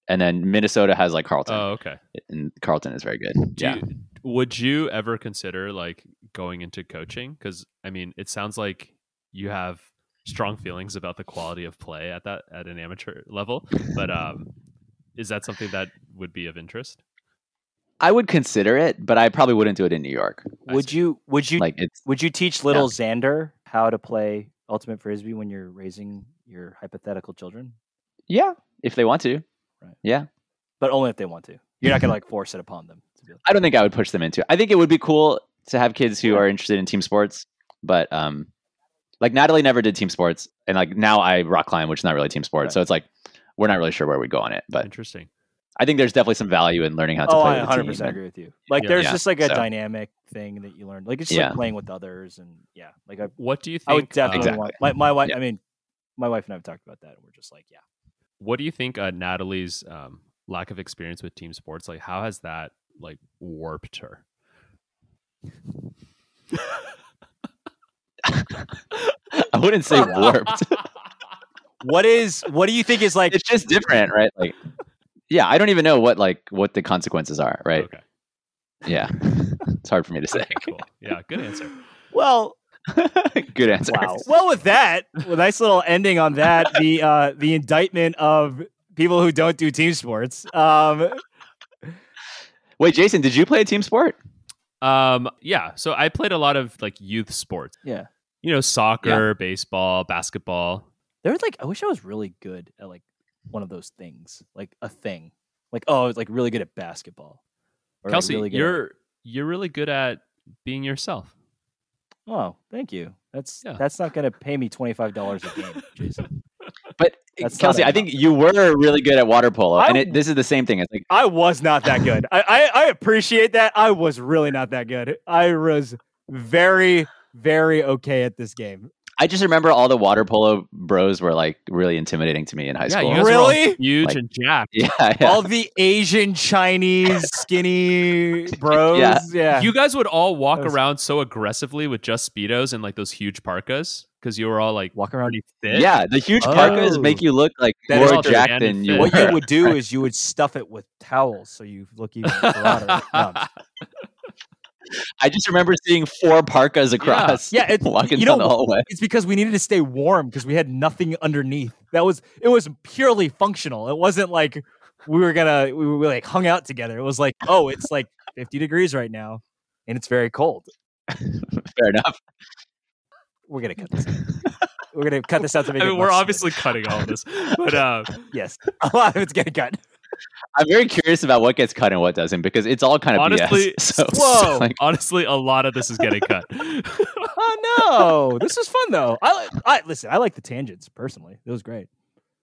Speaker 3: And then Minnesota has like Carlton,
Speaker 1: Oh, okay.
Speaker 3: and Carlton is very good.
Speaker 1: Do
Speaker 3: yeah.
Speaker 1: You, would you ever consider like going into coaching? Because I mean, it sounds like you have strong feelings about the quality of play at that at an amateur level. But um, is that something that would be of interest?
Speaker 3: I would consider it, but I probably wouldn't do it in New York.
Speaker 1: I
Speaker 2: would
Speaker 1: see.
Speaker 2: you would you
Speaker 3: Like it's
Speaker 2: would you teach little Xander how to play ultimate frisbee when you're raising your hypothetical children?
Speaker 3: yeah, if they want to.
Speaker 2: But only if they want to. You're not gonna like force it upon them. To be like,
Speaker 3: I don't think I would push them into. it. I think it would be cool to have kids who are interested in team sports, but um, like Natalie never did team sports, and like now I rock climb, which is not really team sport.
Speaker 2: Right.
Speaker 3: So it's like we're not really sure where we go on it, but
Speaker 1: Interesting.
Speaker 3: I think there's definitely some value in learning how to
Speaker 2: oh,
Speaker 3: play.
Speaker 2: I
Speaker 3: with a
Speaker 2: 100
Speaker 3: team
Speaker 2: percent
Speaker 3: and-
Speaker 2: agree with you. Like
Speaker 1: Yeah.
Speaker 2: there's
Speaker 3: Yeah,
Speaker 2: just like a
Speaker 3: so.
Speaker 2: dynamic thing that you learn. Like it's just
Speaker 3: Yeah.
Speaker 2: like playing with others and yeah. Like I
Speaker 1: What do you think?
Speaker 2: I would definitely
Speaker 1: um,
Speaker 3: Exactly.
Speaker 2: want my, my wife.
Speaker 3: Yeah.
Speaker 2: I mean, my wife and I have talked about that, and we're just like, yeah,
Speaker 1: what do you think uh, Natalie's um, lack of experience with team sports like how has that like warped her?
Speaker 3: I wouldn't say warped.
Speaker 2: what is what do you think is like?
Speaker 3: it's just different, right? Like, yeah, I don't even know what like what the consequences are, right?
Speaker 1: Okay.
Speaker 3: Yeah, it's hard for me to say.
Speaker 1: Okay, Cool. Yeah, good answer.
Speaker 2: Well,
Speaker 3: Good answer.
Speaker 2: wow. uh, Well, with that, well, nice little ending on that. The uh, the indictment of people who don't do team sports. Um,
Speaker 3: Wait, Jason, did you play a team sport?
Speaker 1: Um, yeah. So I played a lot of like youth sports.
Speaker 2: Yeah.
Speaker 1: You know, soccer, baseball, basketball.
Speaker 2: there was like, I wish I was really good at like one of those things, like a thing, like oh, I was like really good at basketball. Or, like,
Speaker 1: Kelsey,
Speaker 2: really good at-
Speaker 1: you're you're really good at being yourself.
Speaker 2: oh, thank you. That's
Speaker 1: Yeah.
Speaker 2: that's not gonna pay me twenty five dollars a game, Jason.
Speaker 3: But
Speaker 2: That's not
Speaker 3: Kelsey, I
Speaker 2: enough.
Speaker 3: think you were really good at water polo,
Speaker 2: I
Speaker 3: and it, this is the same thing. It's like
Speaker 2: I was not that good. I, I, I appreciate that. I was really not that good. I was very, very okay at this game.
Speaker 3: I just remember all the water polo bros were like really intimidating to me in high
Speaker 1: yeah,
Speaker 3: school.
Speaker 1: you guys were all
Speaker 2: Really?
Speaker 1: huge
Speaker 3: Like-
Speaker 1: and jacked.
Speaker 3: yeah, yeah.
Speaker 2: All the Asian, Chinese, skinny bros. Yeah.
Speaker 3: Yeah.
Speaker 1: You guys would all walk
Speaker 2: That was-
Speaker 1: around so aggressively with just speedos and like those huge parkas because you were all like
Speaker 2: Walk around.
Speaker 1: pretty fit.
Speaker 3: yeah. The huge parkas
Speaker 2: Oh.
Speaker 3: make you look like
Speaker 2: That is
Speaker 3: more
Speaker 1: also
Speaker 3: jacked
Speaker 1: handy
Speaker 3: than you
Speaker 1: fit.
Speaker 3: were.
Speaker 2: What you would do is you would stuff it with towels so you look even broader. No, I'm just-
Speaker 3: I just remember seeing four parkas across.
Speaker 2: Yeah, it's-
Speaker 3: walking
Speaker 2: you
Speaker 3: down
Speaker 2: know-
Speaker 3: the hallway.
Speaker 2: it's because we needed to stay warm because we had nothing underneath. That was it was purely functional. It wasn't like we were gonna we were like hung out together. It was like, oh, it's like 50 degrees right now and it's very cold.
Speaker 3: Fair enough.
Speaker 2: We're gonna cut this. out. we're gonna cut this out to
Speaker 1: I
Speaker 2: make it
Speaker 1: mean, we're
Speaker 2: much
Speaker 1: obviously cutting all this, but uh,
Speaker 2: smoother. yes. A lot of it's gonna cut.
Speaker 3: I'm very curious about what gets cut and what doesn't because it's all kind of
Speaker 1: Honestly,
Speaker 3: BS. So,
Speaker 2: whoa.
Speaker 3: like,
Speaker 1: honestly, a lot of this is getting cut.
Speaker 2: Oh no, this was fun though. I li- I listen. I like the tangents personally. It was great.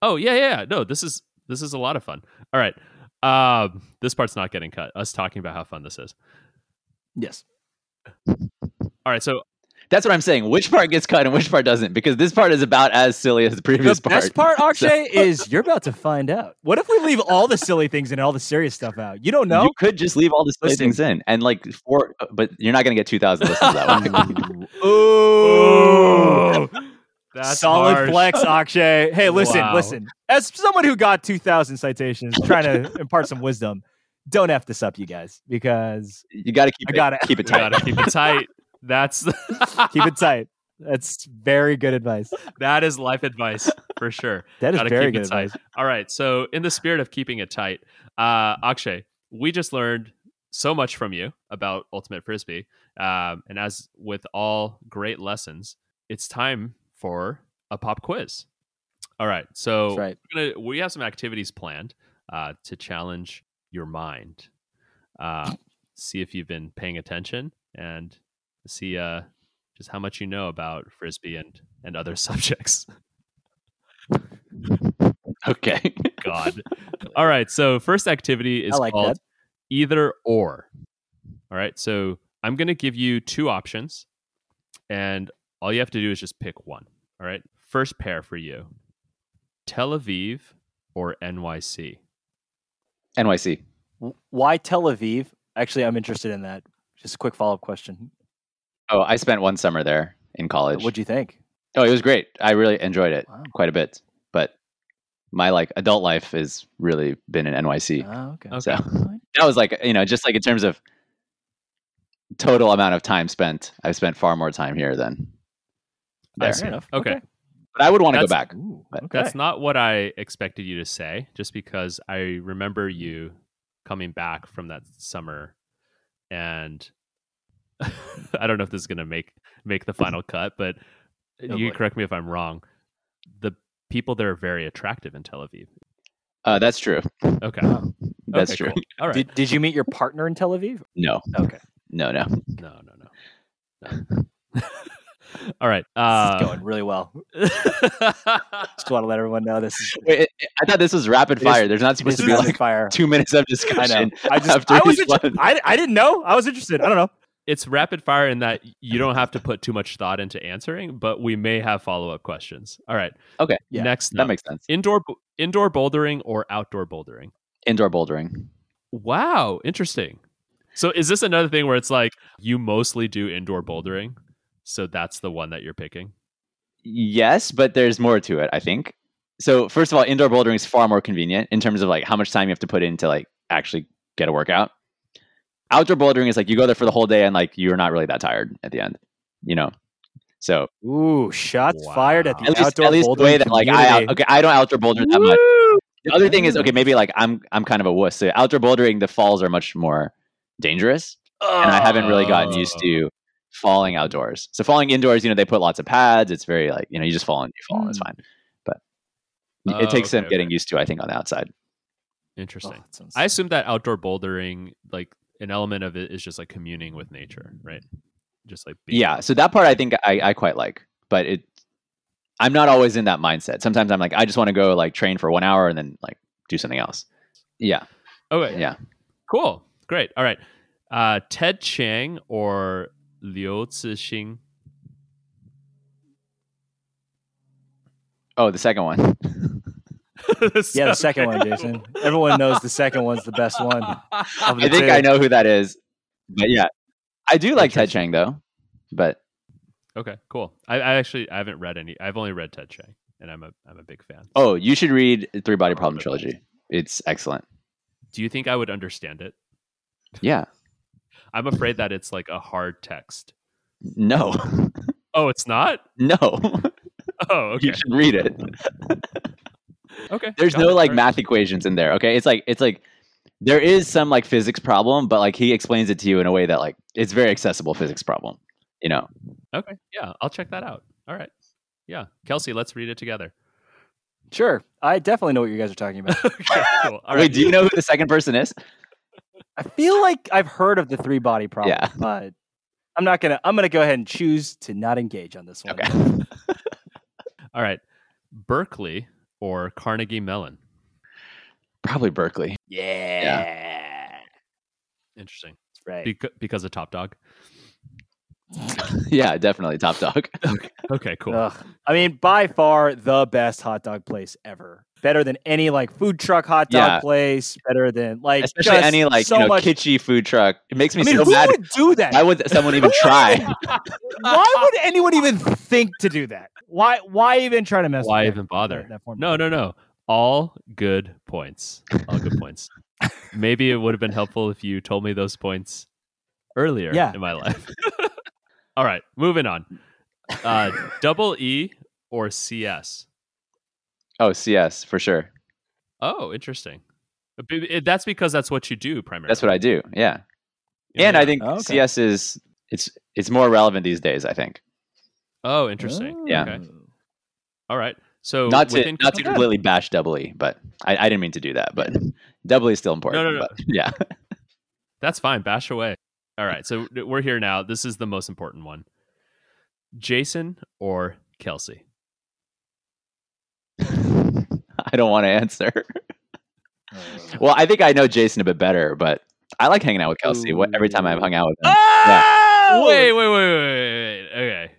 Speaker 1: Oh yeah, yeah. yeah. No, this is this is a lot of fun. All right, um, this part's not getting cut. Us talking about how fun this is.
Speaker 2: Yes.
Speaker 1: All right, so
Speaker 3: That's what I'm saying. Which part gets cut and which part doesn't? Because this part is about as silly as the previous
Speaker 2: the
Speaker 3: part.
Speaker 2: best part, Akshay, is you're about to find out. What if we leave all the silly things in and all the serious stuff out? You don't know.
Speaker 3: You could just leave all the silly
Speaker 4: Listen.
Speaker 3: things in and like four, but you're not going to get 2,000 listens that way.
Speaker 2: Ooh.
Speaker 1: That's
Speaker 2: Solid
Speaker 1: harsh.
Speaker 2: flex, Akshay. Hey, listen,
Speaker 1: Wow.
Speaker 2: listen. As someone who got 2,000 citations, trying to impart some wisdom, don't F this up, you guys, because
Speaker 3: You got to keep
Speaker 2: I
Speaker 3: it,
Speaker 2: got it.
Speaker 3: keep
Speaker 1: You
Speaker 3: it tight.
Speaker 1: gotta keep it tight. That's
Speaker 2: keep it tight. That's very good advice.
Speaker 1: that is life advice for sure.
Speaker 2: That is
Speaker 1: Gotta
Speaker 2: very
Speaker 1: keep it
Speaker 2: good
Speaker 1: tight.
Speaker 2: advice.
Speaker 1: All right. So, in the spirit of keeping it tight, uh, Akshay, we just learned so much from you about Ultimate Frisbee. Um, and as with all great lessons, it's time for a pop quiz. All right. So,
Speaker 2: That's right.
Speaker 1: we're gonna, we have some activities planned uh, to challenge your mind, uh, see if you've been paying attention, and see uh, just how much you know about Frisbee and, and other subjects.
Speaker 3: Okay.
Speaker 1: God. All right. So first activity is
Speaker 2: I like
Speaker 1: called
Speaker 2: that.
Speaker 1: either or. All right. So I'm going to give you two options, and all you have to do is just pick one. All right. First pair for you: Tel Aviv or NYC.
Speaker 3: NYC.
Speaker 2: W- Why Tel Aviv? Actually, I'm interested in that. Just a quick follow up question.
Speaker 3: Oh, I spent one summer there in college.
Speaker 2: What'd you think?
Speaker 3: oh, it was great. I really enjoyed it
Speaker 2: Wow.
Speaker 3: quite a bit. But my like adult life has really been in NYC.
Speaker 2: Oh, okay.
Speaker 1: Okay.
Speaker 3: So that was like, you know, just like in terms of total amount of time spent, I've spent far more time here than there.
Speaker 2: Fair enough.
Speaker 1: Okay.
Speaker 3: But I would want to go
Speaker 1: That's-
Speaker 3: back.
Speaker 2: Ooh,
Speaker 3: But
Speaker 2: okay.
Speaker 1: That's not what I expected you to say, just because I remember you coming back from that summer and I don't know if this is gonna make make the final cut, but
Speaker 2: Oh,
Speaker 1: you
Speaker 2: boy.
Speaker 1: can correct me if I'm wrong. The people there are very attractive in Tel Aviv.
Speaker 3: Uh, that's true.
Speaker 1: Okay.
Speaker 3: That's
Speaker 1: Okay,
Speaker 3: true.
Speaker 1: cool. All right.
Speaker 2: Oh, Did, did you meet your partner in Tel Aviv?
Speaker 3: No,
Speaker 2: Okay.
Speaker 3: no, no.
Speaker 1: no, no, no. no. All right.
Speaker 2: this is
Speaker 1: Uh,
Speaker 2: going really well. Just want to let everyone know this is
Speaker 3: Wait, it, I thought this was rapid
Speaker 2: It is-
Speaker 3: fire. There's not supposed
Speaker 2: this
Speaker 3: to
Speaker 2: is
Speaker 3: be
Speaker 2: rapid
Speaker 3: like
Speaker 2: fire.
Speaker 3: two minutes of
Speaker 2: I
Speaker 3: discussion.
Speaker 2: know. I just
Speaker 3: after
Speaker 2: I was
Speaker 3: each
Speaker 2: inter-
Speaker 3: one.
Speaker 2: I, I didn't know. I was interested. I don't know.
Speaker 1: it's rapid fire in that you don't have to put too much thought into answering, but we may have follow up questions. All right.
Speaker 3: Okay.
Speaker 2: Yeah.
Speaker 1: Next
Speaker 3: That
Speaker 1: up.
Speaker 3: makes sense.
Speaker 1: indoor bo- indoor bouldering or outdoor bouldering
Speaker 3: Indoor bouldering.
Speaker 1: wow interesting so is this another thing where it's like you mostly do indoor bouldering so that's the one that you're picking
Speaker 3: Yes, but there's more to it, I think. So first of all, indoor bouldering is far more convenient in terms of like how much time you have to put in to like actually get a workout. Outdoor bouldering is like you go there for the whole day and like you're not really that tired at the end, you know. So
Speaker 2: Ooh, shots fired at the
Speaker 1: Wow.
Speaker 3: at least
Speaker 2: outdoor
Speaker 3: at least the
Speaker 2: bouldering
Speaker 3: way that like I out,
Speaker 2: community.
Speaker 3: okay I don't outdoor boulder that much. The other thing is okay maybe like I'm I'm kind of a wuss. So outdoor bouldering the falls are much more dangerous. and I haven't really gotten used
Speaker 1: Oh.
Speaker 3: to falling outdoors. So falling indoors, you know, they put lots of pads. It's very like you know, you just fall and you fall, and it's
Speaker 2: Mm.
Speaker 3: fine. But
Speaker 1: Oh,
Speaker 3: it takes
Speaker 1: okay,
Speaker 3: some getting used to, I think, on the outside.
Speaker 2: Oh,
Speaker 1: interesting
Speaker 2: that sounds-
Speaker 1: i assume that outdoor bouldering like an element of it is just like communing with nature right just like
Speaker 3: Yeah. So that part, I think, I, I quite like. But it, I'm not always in that mindset. Sometimes I'm like, I just want to go like train for one hour and then like do something else. Yeah.
Speaker 1: okay
Speaker 3: Yeah.
Speaker 1: cool great all right uh ted chang or liu zixing
Speaker 3: Oh, the second one.
Speaker 2: yeah, the second one, Jason. Everyone knows the second one's the best one. of the
Speaker 3: I think
Speaker 2: two.
Speaker 3: I know who that is. But yeah, I do like Ted Chang though. But
Speaker 1: Okay, cool. I, I actually I haven't read any. I've only read Ted Chang, and I'm a I'm a big fan.
Speaker 3: oh, you should read Three Body
Speaker 1: I'll
Speaker 3: Problem
Speaker 1: read that.
Speaker 3: Trilogy. It's excellent.
Speaker 1: do you think I would understand it?
Speaker 3: Yeah.
Speaker 1: I'm afraid that it's like a hard text.
Speaker 3: No.
Speaker 1: Oh, it's not.
Speaker 3: no.
Speaker 1: Oh, okay.
Speaker 3: you should read it.
Speaker 1: Okay.
Speaker 3: There's
Speaker 1: got
Speaker 3: no
Speaker 1: it.
Speaker 3: like
Speaker 1: All right.
Speaker 3: math equations in there. Okay, it's like it's like there is some like physics problem, but like he explains it to you in a way that like it's very accessible physics problem. You know,
Speaker 1: Okay. Yeah, I'll check that out. All right. Yeah, Kelsey, let's read it together.
Speaker 2: Sure. I definitely know what you guys are talking about.
Speaker 1: Okay, cool. All
Speaker 3: wait,
Speaker 1: right.
Speaker 3: do you know who the second person is?
Speaker 2: I feel like I've heard of the three body problem,
Speaker 3: Yeah.
Speaker 2: but I'm not gonna I'm gonna go ahead and choose to not engage on this one.
Speaker 3: Okay,
Speaker 1: All right. Berkeley or Carnegie Mellon.
Speaker 3: probably Berkeley.
Speaker 2: Yeah.
Speaker 1: Interesting.
Speaker 2: That's right.
Speaker 1: Bec- because of Top Dog.
Speaker 3: yeah, definitely top dog.
Speaker 1: Okay, cool.
Speaker 2: Ugh. I mean, by far the best hot dog place ever. Better than any like food truck hot dog
Speaker 3: Yeah.
Speaker 2: place. Better than like
Speaker 3: Especially
Speaker 2: just
Speaker 3: any like
Speaker 2: so
Speaker 3: you know
Speaker 2: much.
Speaker 3: kitschy food truck. It makes me
Speaker 2: I mean,
Speaker 3: so
Speaker 2: who
Speaker 3: mad.
Speaker 2: would do that?
Speaker 3: Why would someone even try?
Speaker 2: why would anyone even think to do that? Why? Why even try to mess?
Speaker 1: Why
Speaker 2: with that-
Speaker 1: even bother?
Speaker 2: That, that form?
Speaker 1: No, no, no. All good points. All good points. Maybe it would have been helpful if you told me those points earlier
Speaker 2: Yeah.
Speaker 1: in my life. All right, moving on. Uh, double E or CS?
Speaker 3: oh, CS for sure.
Speaker 1: Oh, interesting. But b- it- That's because that's what you do primarily.
Speaker 3: That's what I do. Yeah,
Speaker 1: Yeah,
Speaker 3: and
Speaker 1: yeah.
Speaker 3: I think
Speaker 2: Oh, okay.
Speaker 3: CS is it's it's more relevant these days. I think
Speaker 1: Oh, interesting.
Speaker 3: Yeah.
Speaker 1: Okay. All right. So
Speaker 3: not to
Speaker 1: within
Speaker 3: not to
Speaker 1: computer-
Speaker 3: completely bash Double E, but I, I didn't mean to do that. But Double E is still important.
Speaker 1: No, no, no.
Speaker 3: but yeah,
Speaker 1: That's fine. Bash away. All right. So we're here now. This is the most important one. Jason or Kelsey?
Speaker 3: I don't want to answer. Well, I think I know Jason a bit better, but I like hanging out with Kelsey. What, every time I've hung out with him,
Speaker 2: Oh!
Speaker 1: Wait, wait, wait, wait, wait, wait. Okay.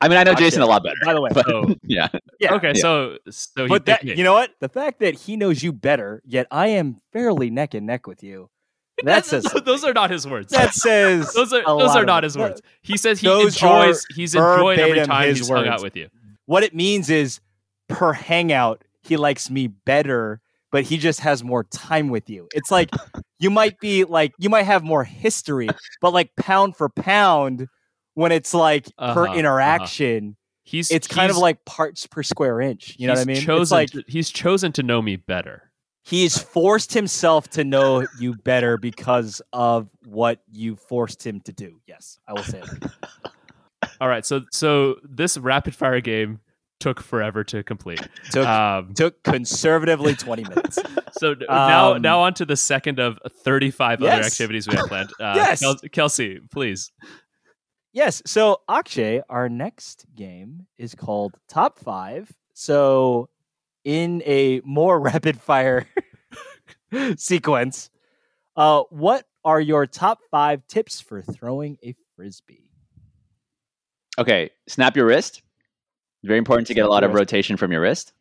Speaker 3: I mean I know
Speaker 2: Gotcha.
Speaker 3: Jason a lot better.
Speaker 2: By the way,
Speaker 3: But-
Speaker 1: Oh,
Speaker 3: Yeah,
Speaker 2: yeah.
Speaker 1: okay.
Speaker 3: Yeah.
Speaker 1: So, so he
Speaker 2: But that
Speaker 1: picked me.
Speaker 2: you know what? The fact that he knows you better, yet I am fairly neck and neck with you. That
Speaker 1: That's-
Speaker 2: says
Speaker 1: those, are not his words.
Speaker 2: that says
Speaker 1: those are
Speaker 2: a
Speaker 1: those
Speaker 2: lot
Speaker 1: are
Speaker 2: of
Speaker 1: not
Speaker 2: it.
Speaker 1: his words. He says he
Speaker 2: Those
Speaker 1: enjoys. He's enjoyed every
Speaker 2: verbatim
Speaker 1: time
Speaker 2: his
Speaker 1: he's hung out
Speaker 2: words.
Speaker 1: with you.
Speaker 2: What it means is per hangout, he likes me better, but he just has more time with you. It's like you might be like you might have more history, but like pound for pound, when it's like
Speaker 1: Uh-huh,
Speaker 2: per
Speaker 1: uh-huh.
Speaker 2: interaction,
Speaker 1: He's
Speaker 2: it's kind of
Speaker 1: he's-
Speaker 2: like parts per square inch. You know what I
Speaker 1: he's
Speaker 2: mean?
Speaker 1: Chosen,
Speaker 2: it's like
Speaker 1: to- he's chosen to know me better.
Speaker 2: he's forced himself to know you better because of what you forced him to do. Yes, I will say that.
Speaker 1: All right. So so this rapid fire game took forever to complete.
Speaker 2: Took
Speaker 1: Um,
Speaker 2: took conservatively twenty minutes.
Speaker 1: So d- now,
Speaker 2: Um,
Speaker 1: now on to the second of 35 other
Speaker 2: Yes.
Speaker 1: activities we have planned. Uh,
Speaker 2: Yes.
Speaker 1: Kel- Kelsey, please.
Speaker 2: Yes. So Akshay, our next game is called Top Five. So in a more rapid fire sequence, uh, what are your top five tips for throwing a frisbee?
Speaker 3: Okay, snap your wrist. Very important to get a
Speaker 2: Snap
Speaker 3: lot
Speaker 2: your
Speaker 3: of
Speaker 2: wrist.
Speaker 3: rotation from your wrist.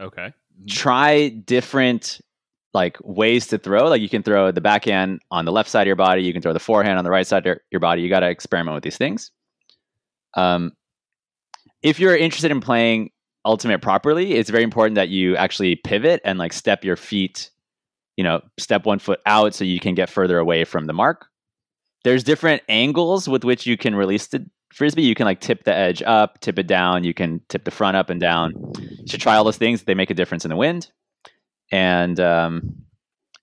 Speaker 1: Okay.
Speaker 3: Try different like ways to throw. Like you can throw the backhand on the left side of your body. You can throw the forehand on the right side of your- your body. You got to experiment with these things. Um, if you're interested in playing ultimate properly, it's very important that you actually pivot and like step your feet. You know, step one foot out so you can get further away from the mark. There's different angles with which you can release the frisbee. You can like tip the edge up, tip it down. You can tip the front up and down. You should try all those things. They make a difference in the wind and um,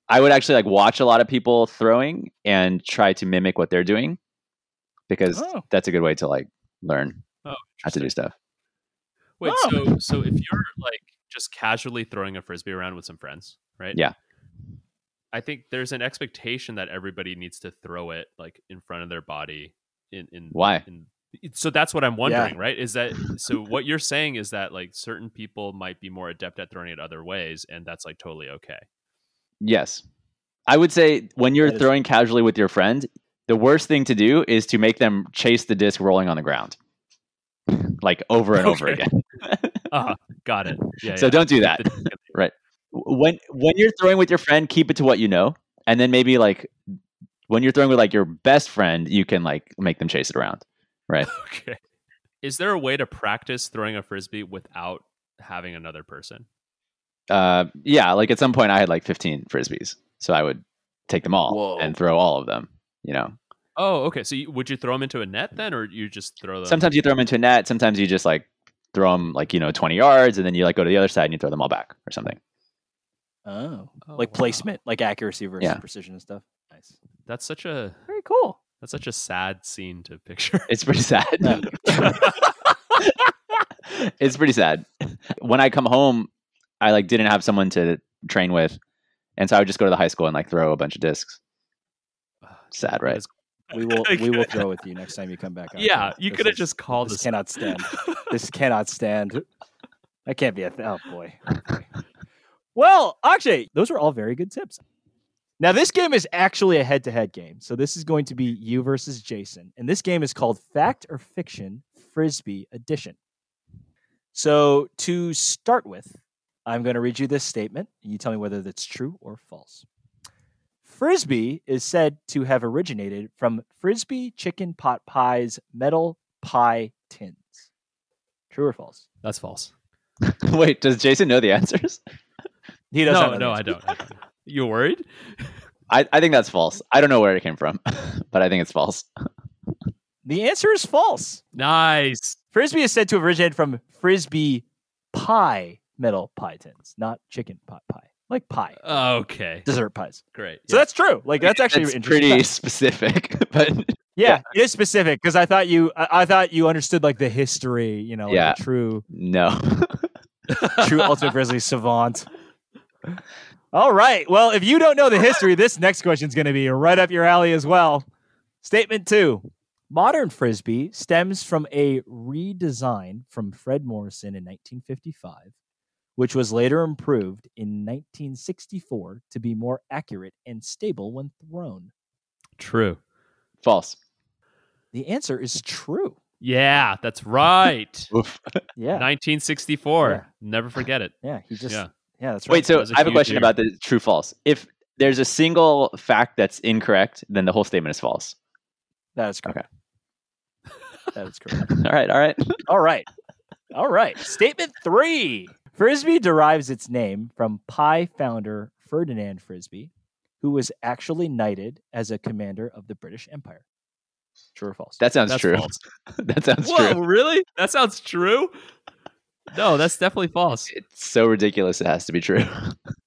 Speaker 3: I would actually like watch a lot of people throwing and try to mimic what they're doing because
Speaker 2: Oh.
Speaker 3: that's a good way to like learn
Speaker 1: Oh,
Speaker 3: how to do stuff.
Speaker 1: Wait,
Speaker 2: Oh.
Speaker 1: so so if you're like just casually throwing a frisbee around with some friends, right?
Speaker 3: Yeah.
Speaker 1: I think there's an expectation that everybody needs to throw it like in front of their body in in
Speaker 3: Why?
Speaker 1: in so that's what I'm wondering, right? Is that so what you're saying is that like certain people might be more adept at throwing it other ways and that's like totally okay.
Speaker 3: Yes, I would say when you're
Speaker 2: That is-
Speaker 3: throwing casually with your friend, the worst thing to do is to make them chase the disc rolling on the ground, like over and over
Speaker 1: Okay.
Speaker 3: again.
Speaker 1: Uh-huh. Got it. Yeah.
Speaker 3: So
Speaker 1: yeah.
Speaker 3: don't do that.
Speaker 1: The-
Speaker 3: when when you're throwing with your friend, keep it to what you know, and then maybe like when you're throwing with like your best friend, you can like make them chase it around.
Speaker 1: Okay. Is there a way to practice throwing a frisbee without having another person?
Speaker 3: Uh, yeah, like at some point I had like 15 frisbees, so I would take them all
Speaker 2: Whoa.
Speaker 3: and throw all of them. You know,
Speaker 1: Oh, okay. So you, would you throw them into a net then, or you just throw them?
Speaker 3: sometimes you throw them into a net, sometimes you just like throw them like you know 20 yards, and then you like go to the other side and you throw them all back or something.
Speaker 2: Oh,
Speaker 1: Oh,
Speaker 2: like
Speaker 1: wow.
Speaker 2: placement, like accuracy versus
Speaker 3: Yeah.
Speaker 2: precision and stuff. Nice.
Speaker 1: That's such a
Speaker 2: Very cool.
Speaker 1: that's such a sad scene to picture.
Speaker 3: It's pretty sad. it's pretty sad. When I come home, I like didn't have someone to train with, and so I would just go to the high school and like throw a bunch of discs. Sad, right?
Speaker 1: That's-
Speaker 2: We will we will throw with you next time you come back. on.
Speaker 1: Yeah, you
Speaker 2: This
Speaker 1: could have
Speaker 2: is-
Speaker 1: just called
Speaker 2: This
Speaker 1: this.
Speaker 2: cannot stand. this cannot stand. That Oh, can't be a th- oh boy. Well, Akshay, those are all very good tips. Now this game is actually a head-to-head game, so this is going to be you versus Jason, and this game is called Fact or Fiction Frisbee Edition. So to start with, I'm going to read you this statement. and You tell me whether that's true or false. Frisbee is said to have originated from Frisbee chicken pot pie's metal pie tins. True or false?
Speaker 1: That's false.
Speaker 3: Wait, does Jason know the answers?
Speaker 2: He doesn't.
Speaker 1: No,
Speaker 2: know the
Speaker 1: no, I
Speaker 2: answer.
Speaker 1: don't. I don't. You worried?
Speaker 3: I, I think that's false. I don't know where it came from, but I think it's false.
Speaker 2: The answer is false.
Speaker 1: Nice.
Speaker 2: Frisbee is said to have originated from Frisbee pie metal pie tins, not chicken pot pie, like pie,
Speaker 1: Okay.
Speaker 2: dessert pies.
Speaker 1: Great.
Speaker 2: So that's true. Like that's actually
Speaker 3: That's
Speaker 2: an interesting.
Speaker 3: pretty
Speaker 2: fact.
Speaker 3: specific, but
Speaker 2: Yeah, it is specific because I thought you, I, I thought you understood like the history. You know, like
Speaker 3: Yeah.
Speaker 2: the true,
Speaker 3: no.
Speaker 2: true Ultimate Frisbee savant. All right. Well, if you don't know the history, this next question is going to be right up your alley as well. Statement two. Modern Frisbee stems from a redesign from Fred Morrison in 1955, which was later improved in 1964 to be more accurate and stable when thrown.
Speaker 1: True.
Speaker 3: false.
Speaker 2: The answer is true.
Speaker 1: Yeah, that's right.
Speaker 3: Oof.
Speaker 2: Yeah.
Speaker 1: 1964.
Speaker 2: Yeah.
Speaker 1: Never forget it.
Speaker 2: Yeah. He just, yeah,
Speaker 1: Yeah.
Speaker 2: that's right.
Speaker 3: Wait, so
Speaker 1: That's a
Speaker 3: I have a
Speaker 1: huge
Speaker 3: question
Speaker 1: year.
Speaker 3: about the true false. If there's a single fact that's incorrect, then the whole statement is false.
Speaker 2: that is correct. that is correct.
Speaker 3: All right, all right.
Speaker 2: All right. All right. Statement three Frisbee derives its name from Pi founder Ferdinand Frisbee, who was actually knighted as a commander of the British Empire. True or false?
Speaker 3: That sounds
Speaker 1: That's
Speaker 3: true.
Speaker 1: false.
Speaker 3: that sounds
Speaker 1: Whoa,
Speaker 3: true.
Speaker 1: really? That sounds true. No, that's definitely false.
Speaker 3: It's so ridiculous it has to be true.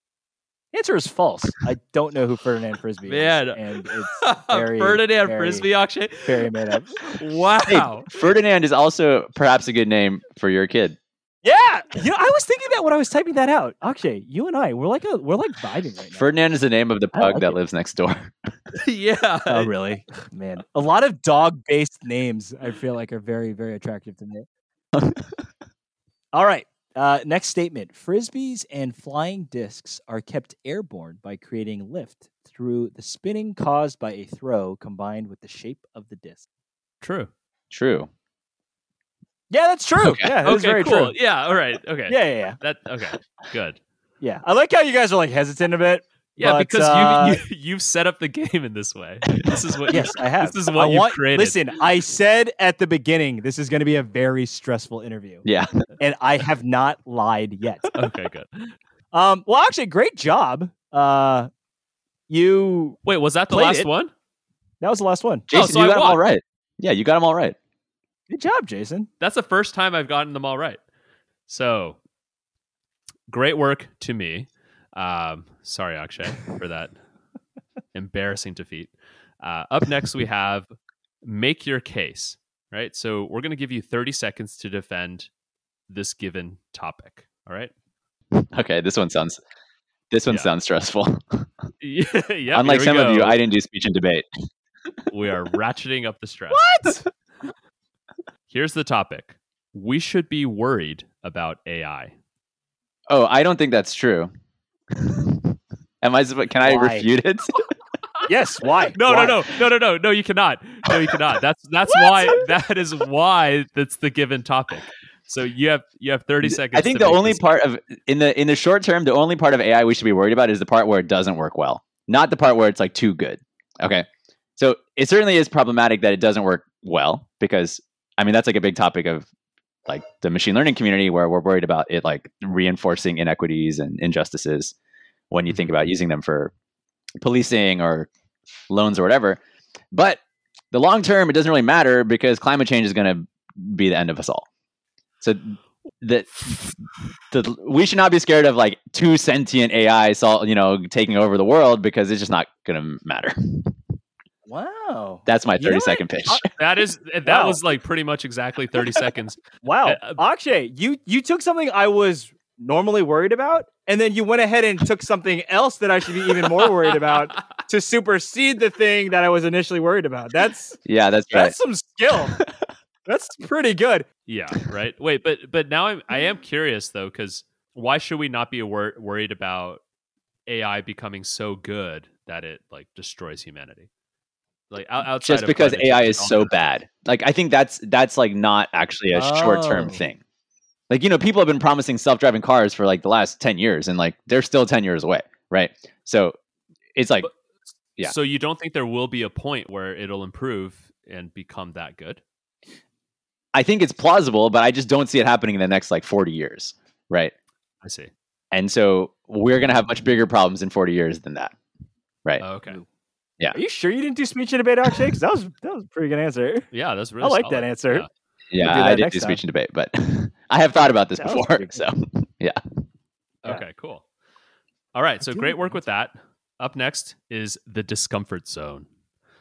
Speaker 2: Answer is false. I don't know who Ferdinand Frisbee
Speaker 1: Man.
Speaker 2: is. And it's very,
Speaker 1: Ferdinand
Speaker 2: very-
Speaker 1: Frisbee auction.
Speaker 2: very made up.
Speaker 3: Hey,
Speaker 1: Wow.
Speaker 3: Ferdinand is also perhaps a good name for your kid.
Speaker 2: Yeah. You know, I was thinking that when I was typing that out. Akshay, you and I, we're like a we're like vibing right now.
Speaker 3: Ferdinand is the name of the
Speaker 2: I
Speaker 3: pug
Speaker 2: like
Speaker 3: that
Speaker 2: it.
Speaker 3: lives next door.
Speaker 1: yeah.
Speaker 2: Oh really? Man. A lot of dog based names I feel like are very, very attractive to me. All right. Uh, next statement. Frisbees and flying discs are kept airborne by creating lift through the spinning caused by a throw combined with the shape of the disc.
Speaker 1: True.
Speaker 3: True.
Speaker 2: Yeah, that's true.
Speaker 3: Okay.
Speaker 2: Yeah, that's
Speaker 1: Okay,
Speaker 2: very
Speaker 1: cool.
Speaker 2: true.
Speaker 1: Yeah, all right. Okay.
Speaker 2: Yeah, yeah, yeah.
Speaker 1: That okay. Good.
Speaker 2: Yeah. I like how you guys are like hesitant a bit.
Speaker 1: Yeah,
Speaker 2: But,
Speaker 1: because
Speaker 2: uh,
Speaker 1: you, you you've set up the game in this way. This is what you
Speaker 2: Yes, I have.
Speaker 1: This is what
Speaker 2: I
Speaker 1: you
Speaker 2: want-
Speaker 1: created.
Speaker 2: Listen, I said at the beginning this is going to be a very stressful interview,
Speaker 3: Yeah.
Speaker 1: Oh,
Speaker 2: and I have not lied yet.
Speaker 1: Okay, good.
Speaker 2: Um, well, actually, great job. Uh, you
Speaker 1: Wait, was that the
Speaker 2: Played
Speaker 1: last
Speaker 2: it.
Speaker 1: one?
Speaker 2: that was the last one.
Speaker 1: Oh,
Speaker 3: Jason,
Speaker 1: so
Speaker 3: you
Speaker 1: I
Speaker 3: got them all
Speaker 1: won.
Speaker 3: right. Yeah, you got them all right.
Speaker 2: Good job, Jason.
Speaker 1: That's the first time I've gotten them all right. So great work to me. Um, sorry, Akshay, for that embarrassing defeat. Uh, up next, we have make your case. Right. So we're going to give you 30 seconds to defend this given topic. All right.
Speaker 3: Okay, this one sounds this one
Speaker 1: Yeah.
Speaker 3: sounds stressful.
Speaker 1: yeah. here
Speaker 3: Unlike
Speaker 1: we
Speaker 3: some of
Speaker 1: go.
Speaker 3: you, I didn't do speech and debate.
Speaker 1: we are ratcheting up the stress.
Speaker 2: What?
Speaker 1: Here's the topic. We should be worried about AI.
Speaker 3: Oh, I don't think that's true. Am I? suppo- Can I
Speaker 2: Why?
Speaker 3: refute it?
Speaker 2: yes. Why?
Speaker 1: No,
Speaker 2: Why?
Speaker 1: no, no, no, no, no, no. You cannot. No, you cannot. That's that's
Speaker 2: What?
Speaker 1: why. That is why that's the given topic. So you have you have thirty seconds.
Speaker 3: I think
Speaker 1: to
Speaker 3: the
Speaker 1: make
Speaker 3: only
Speaker 1: this-
Speaker 3: part of in the in the short term, the only part of AI we should be worried about is the part where it doesn't work well, not the part where it's like too good. Okay, so it certainly is problematic that it doesn't work well because I mean that's like a big topic of like the machine learning community where we're worried about it like reinforcing inequities and injustices when you think
Speaker 1: Mm-hmm.
Speaker 3: about using them for policing or loans or whatever. But the long term, it doesn't really matter because climate change is going to be the end of us all. So that the, we should not be scared of like two sentient AI, sol- you know, taking over the world because it's just not going to matter.
Speaker 2: Wow.
Speaker 3: That's my
Speaker 2: You know
Speaker 3: thirty
Speaker 2: what?
Speaker 3: second pitch.
Speaker 1: Uh, that is eh, that
Speaker 2: Wow.
Speaker 1: was like pretty much exactly thirty seconds.
Speaker 2: wow.
Speaker 1: Uh,
Speaker 2: Akshay, you you took something I was normally worried about, and then you went ahead and took something else that I should be even more worried about to supersede the thing that I was initially worried about. That's
Speaker 3: Yeah, that's right.
Speaker 2: that's some skill. That's pretty good.
Speaker 1: Yeah. Right. Wait. But but now I'm I am curious though because why should we not be wor- worried about AI becoming so good that it like destroys humanity. Like out- outside
Speaker 3: just
Speaker 1: of
Speaker 3: because
Speaker 1: climate
Speaker 3: AI
Speaker 1: change,
Speaker 3: is
Speaker 1: all
Speaker 3: so
Speaker 1: that.
Speaker 3: bad. Like I think that's that's like not actually a short-term
Speaker 2: Oh.
Speaker 3: thing. Like you know, people have been promising self-driving cars for like the last 10 years and like they're still 10 years away, right? So it's like
Speaker 1: But-
Speaker 3: yeah.
Speaker 1: So you don't think there will be a point where it'll improve and become that good?
Speaker 3: I think it's plausible, but I just don't see it happening in the next like 40 years, right?
Speaker 1: I see.
Speaker 3: And so we're going to have much bigger problems in 40 years than that. Right.
Speaker 1: Oh, okay.
Speaker 2: Are you sure you didn't do speech and debate architect? 'Cause That was that was a pretty good answer.
Speaker 1: Yeah, that's really.
Speaker 2: I like
Speaker 1: solid.
Speaker 2: that answer.
Speaker 1: Yeah.
Speaker 3: yeah,
Speaker 2: do that
Speaker 3: I did
Speaker 2: next
Speaker 3: do
Speaker 2: time.
Speaker 3: speech and debate, but I have thought about this
Speaker 2: That was
Speaker 3: before.
Speaker 2: pretty
Speaker 3: So
Speaker 2: Yeah.
Speaker 1: Okay, cool. All right, so
Speaker 2: do
Speaker 1: great
Speaker 2: like
Speaker 1: work with that. Up next is the discomfort zone.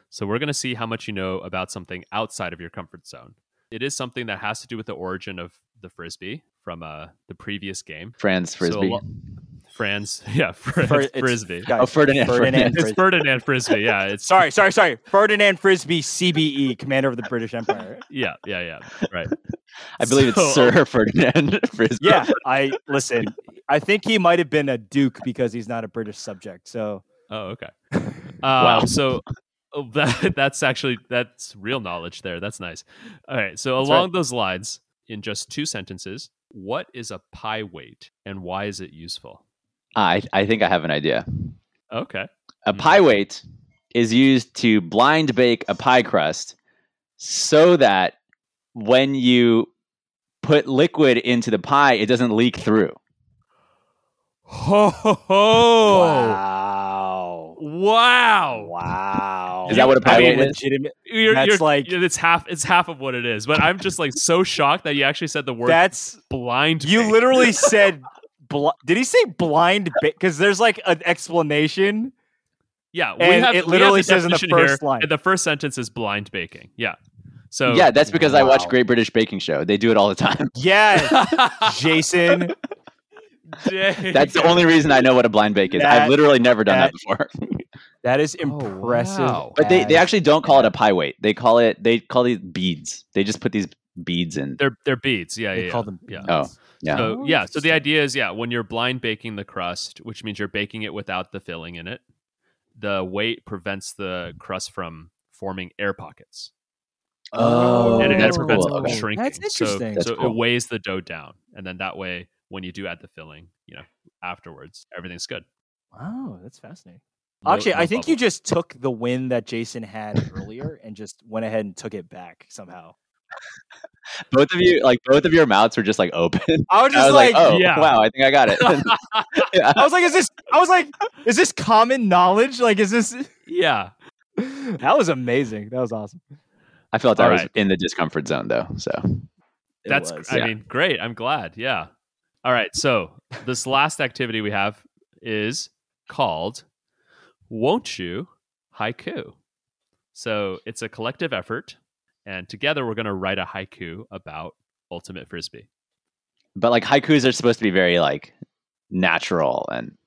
Speaker 1: So we're going to see how much you know about something outside of your comfort zone. It is something that has to do with the origin of the frisbee from uh, the previous game.
Speaker 3: Franz
Speaker 1: So a
Speaker 3: Frisbee.
Speaker 1: lo- Franz, yeah, Fr-
Speaker 2: Fur- it's-
Speaker 1: frisbee.
Speaker 2: guys,
Speaker 3: oh, Ferdinand. Ferdinand.
Speaker 2: Ferdinand
Speaker 1: It's
Speaker 2: Frisbee.
Speaker 1: Ferdinand Frisbee. Yeah, it's
Speaker 2: Sorry, sorry, sorry. Ferdinand Frisbee, CBE, commander of the British Empire.
Speaker 1: yeah, yeah, yeah. Right.
Speaker 3: I believe
Speaker 1: So-
Speaker 3: it's Sir Ferdinand Frisbee.
Speaker 2: Yeah, I listen. I think he might have been a duke because he's not a British subject. So
Speaker 1: Oh, okay. Um,
Speaker 3: Wow.
Speaker 1: So oh, that, that's actually that's real knowledge there. That's nice. All right. So
Speaker 2: That's right.
Speaker 1: along those lines, in just two sentences, what is a pie weight and why is it useful?
Speaker 3: I, I think I have an idea.
Speaker 1: Okay.
Speaker 3: A
Speaker 1: Mm.
Speaker 3: pie weight is used to blind bake a pie crust so that when you put liquid into the pie, it doesn't leak through.
Speaker 1: Ho ho ho!
Speaker 3: Oh.
Speaker 2: wow,
Speaker 1: Wow.
Speaker 2: wow.
Speaker 3: Is that what a
Speaker 2: I
Speaker 3: pie
Speaker 2: mean,
Speaker 3: weight is?
Speaker 2: legitimate.
Speaker 1: You're,
Speaker 2: That's
Speaker 1: you're-
Speaker 2: like-
Speaker 1: you're- it's half it's half of what it is, but I'm just like so shocked that you actually said the word
Speaker 2: That's
Speaker 1: blind.
Speaker 2: you.
Speaker 1: bake.
Speaker 2: Literally said. Bl- did he say blind? Because there's like an explanation.
Speaker 1: yeah. We
Speaker 2: and
Speaker 1: have,
Speaker 2: it
Speaker 1: we have
Speaker 2: literally says in the
Speaker 1: definition here,
Speaker 2: first line.
Speaker 1: and the first sentence is blind baking. Yeah. So
Speaker 3: yeah, that's because I watch
Speaker 2: Wow.
Speaker 3: Great British Baking Show. They do it all the time.
Speaker 2: Yeah, Jason.
Speaker 3: That's the only reason I know what a blind bake is.
Speaker 2: That-
Speaker 3: I've literally never done that, before.
Speaker 2: That is
Speaker 3: Oh,
Speaker 2: impressive.
Speaker 1: wow.
Speaker 3: But they, they
Speaker 2: as-
Speaker 3: actually don't call it a pie weight. They call it they call these beads. They just put these beads in.
Speaker 1: They're they're beads. Yeah,
Speaker 2: they
Speaker 1: yeah.
Speaker 2: call
Speaker 1: yeah.
Speaker 2: them.
Speaker 1: Yeah.
Speaker 3: Oh, yeah.
Speaker 1: So yeah, so the idea is yeah, when you're blind baking the crust, which means you're baking it without the filling in it, the weight prevents the crust from forming air pockets,
Speaker 2: Oh,
Speaker 1: and it
Speaker 3: that's
Speaker 1: prevents
Speaker 3: cool.
Speaker 1: it from
Speaker 3: Okay.
Speaker 1: shrinking.
Speaker 2: That's
Speaker 1: So-
Speaker 2: interesting.
Speaker 1: So,
Speaker 3: That's cool.
Speaker 1: it weighs the dough down, and then that way, when you do add the filling, you know, afterwards everything's good.
Speaker 2: Oh. Wow, that's fascinating.
Speaker 1: No-
Speaker 2: Actually,
Speaker 1: no
Speaker 2: I think you
Speaker 1: bubble.
Speaker 2: just took the win that Jason had earlier and just went ahead and took it back somehow.
Speaker 3: Both of you like both of your mouths were just like open.
Speaker 2: I was
Speaker 3: I
Speaker 2: just
Speaker 3: was
Speaker 2: like, "Oh."
Speaker 3: like, oh
Speaker 1: yeah.
Speaker 3: wow, I think I got it.
Speaker 2: I was like, is this? I was like, is this common knowledge? Like, is this?
Speaker 1: yeah.
Speaker 2: That was amazing. That was awesome.
Speaker 3: I felt
Speaker 1: All
Speaker 3: I was
Speaker 1: right.
Speaker 3: in the discomfort zone though. So
Speaker 2: It
Speaker 1: That's
Speaker 2: was.
Speaker 1: I
Speaker 3: yeah.
Speaker 1: mean, great. I'm glad. Yeah. All right. So this last activity we have is called Won't You Haiku. So it's a collective effort, and together we're gonna write a haiku about Ultimate Frisbee.
Speaker 3: but like haikus are supposed to be very like natural and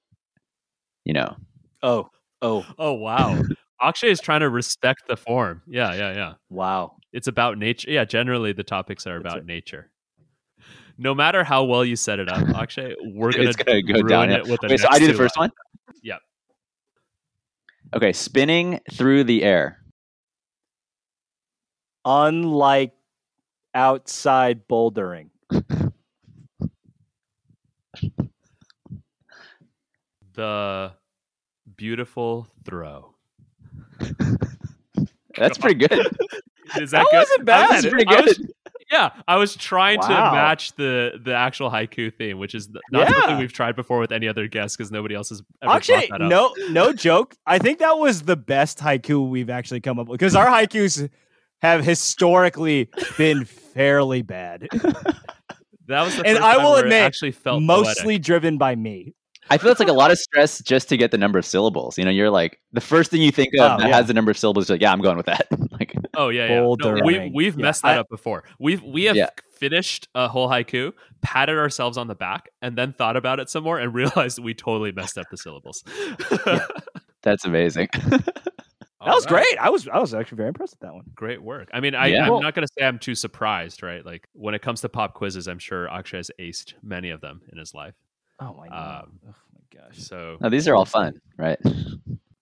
Speaker 3: you know
Speaker 2: oh, oh,
Speaker 1: Oh wow. Akshay is trying to respect the form. Yeah, yeah, yeah.
Speaker 2: wow.
Speaker 1: It's about nature. Yeah, generally the topics are
Speaker 2: That's
Speaker 1: about nature. No matter how well you set it up, Akshay, we're gonna,
Speaker 3: it's gonna go
Speaker 1: ruin
Speaker 3: downhill.
Speaker 1: it with the
Speaker 3: Wait, so
Speaker 1: next
Speaker 3: I do the
Speaker 1: two
Speaker 3: first
Speaker 1: lines.
Speaker 3: one?
Speaker 1: Yep.
Speaker 3: Okay, spinning through the air.
Speaker 2: Unlike outside bouldering,
Speaker 1: the beautiful throw.
Speaker 3: That's pretty good.
Speaker 1: Is
Speaker 2: That
Speaker 1: that, good?
Speaker 2: wasn't bad.
Speaker 1: I
Speaker 3: That's
Speaker 1: was-
Speaker 3: pretty
Speaker 1: I
Speaker 3: good.
Speaker 1: was- yeah, I was trying to
Speaker 2: Wow.
Speaker 1: match the the actual haiku theme, which is th- not something
Speaker 2: Yeah.
Speaker 1: we've tried before with any other guest because nobody else has ever
Speaker 2: actually,
Speaker 1: brought that up.
Speaker 2: no, no joke. I think that was the best haiku we've actually come up with because our haikus have historically been fairly bad.
Speaker 1: that was the
Speaker 2: and
Speaker 1: first
Speaker 2: I
Speaker 1: time
Speaker 2: will
Speaker 1: where it
Speaker 2: admit,
Speaker 1: actually felt
Speaker 2: mostly
Speaker 1: poetic.
Speaker 2: driven by me.
Speaker 3: I feel it's like a lot of stress just to get the number of syllables. You know, you're like the first thing you think of
Speaker 2: Oh,
Speaker 3: that
Speaker 2: yeah.
Speaker 3: has the number of syllables. You're like, yeah, I'm going with that. like,
Speaker 1: Oh yeah, yeah. No, we
Speaker 2: bouldering.
Speaker 1: we've
Speaker 2: Yeah,
Speaker 1: messed that
Speaker 2: I-
Speaker 1: up before. We've we have
Speaker 3: Yeah.
Speaker 1: finished a whole haiku, patted ourselves on the back, and then thought about it some more and realized we totally messed up the syllables.
Speaker 3: that's amazing.
Speaker 2: That was great. I was I was actually very impressed with that one.
Speaker 1: Great work. I mean, I,
Speaker 3: Yeah.
Speaker 1: I'm
Speaker 2: Well-
Speaker 1: not going to say I'm too surprised, right? Like when it comes to pop quizzes, I'm sure Akshay has aced many of them in his life.
Speaker 2: Oh my
Speaker 1: God.
Speaker 2: oh my gosh.
Speaker 1: So
Speaker 3: No, these are all fun, right?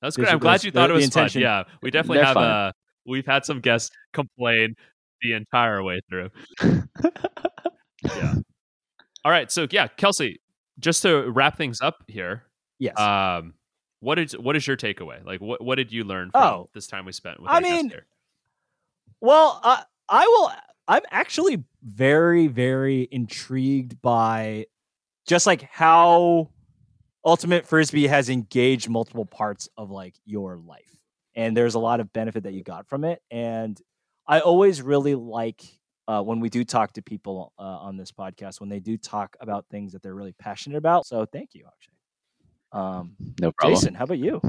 Speaker 1: That's
Speaker 2: These
Speaker 1: great.
Speaker 2: are
Speaker 1: I'm glad
Speaker 2: those-
Speaker 1: you
Speaker 2: the-
Speaker 1: thought
Speaker 2: the
Speaker 1: it was fun.
Speaker 2: intention.
Speaker 1: Yeah, we definitely
Speaker 3: They're
Speaker 1: have.
Speaker 3: fun.
Speaker 1: Uh, we've had some guests complain the entire way through. yeah. All right. So yeah, Kelsey, just to wrap things up here,
Speaker 2: Yes.
Speaker 1: um, what is what is your takeaway? Like, what what did you learn from
Speaker 2: Oh.
Speaker 1: this time we spent? With
Speaker 2: I
Speaker 1: our guest
Speaker 2: mean,
Speaker 1: here?
Speaker 2: Well, I I will. I'm actually very, very intrigued by just like how Ultimate Frisbee has engaged multiple parts of like your life, and there's a lot of benefit that you got from it. And I always really like uh, when we do talk to people uh, on this podcast when they do talk about things that they're really passionate about. So thank you, actually. Um,
Speaker 3: No problem.
Speaker 2: Jason, how about you?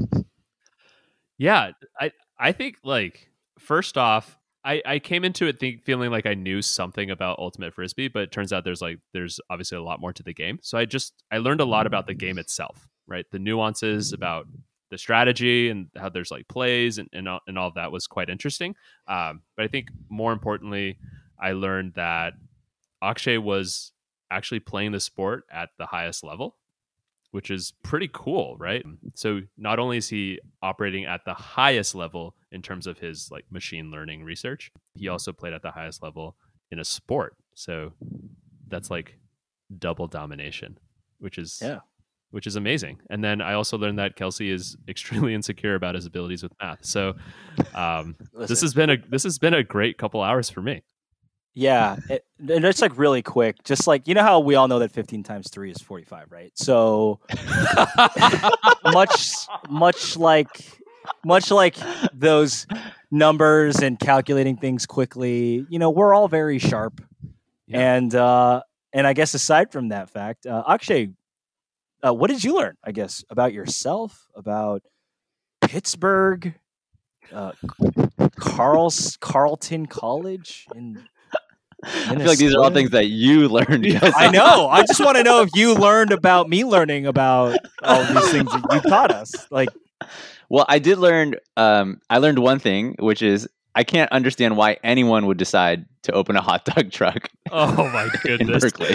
Speaker 1: Yeah, I I think like first off, I I came into it think, feeling like I knew something about ultimate frisbee, but it turns out there's like there's obviously a lot more to the game. So I just I learned a lot about the game itself, right? The nuances about the strategy and how there's like plays and and all, and all of that was quite interesting. Um, but I think more importantly, I learned that Akshay was actually playing the sport at the highest level, which is pretty cool, right? So not only is he operating at the highest level in terms of his like machine learning research, he also played at the highest level in a sport. So that's like double domination, which is
Speaker 2: Yeah.
Speaker 1: which is amazing. And then I also learned that Kelsey is extremely insecure about his abilities with math. So um, this has been a this has been a great couple hours for me.
Speaker 2: Yeah, it, and it's like really quick. Just like you know how we all know that fifteen times three is forty-five, right? So much, much like, much like those numbers and calculating things quickly. You know, we're all very sharp,
Speaker 1: Yeah.
Speaker 2: and uh, and I guess aside from that fact, uh, Akshay, uh, what did you learn? I guess about yourself, about Pittsburgh, uh, Carl's Carleton College, and
Speaker 3: I feel like these are all
Speaker 2: Minnesota.
Speaker 3: things that you learned. Guys.
Speaker 2: I know. I just want to know if you learned about me learning about all these things that you taught us. Like,
Speaker 3: Well, I did learn. Um, I learned one thing, which is I can't understand why anyone would decide to open a hot dog truck
Speaker 1: Oh my
Speaker 3: in
Speaker 1: goodness.
Speaker 3: Berkeley.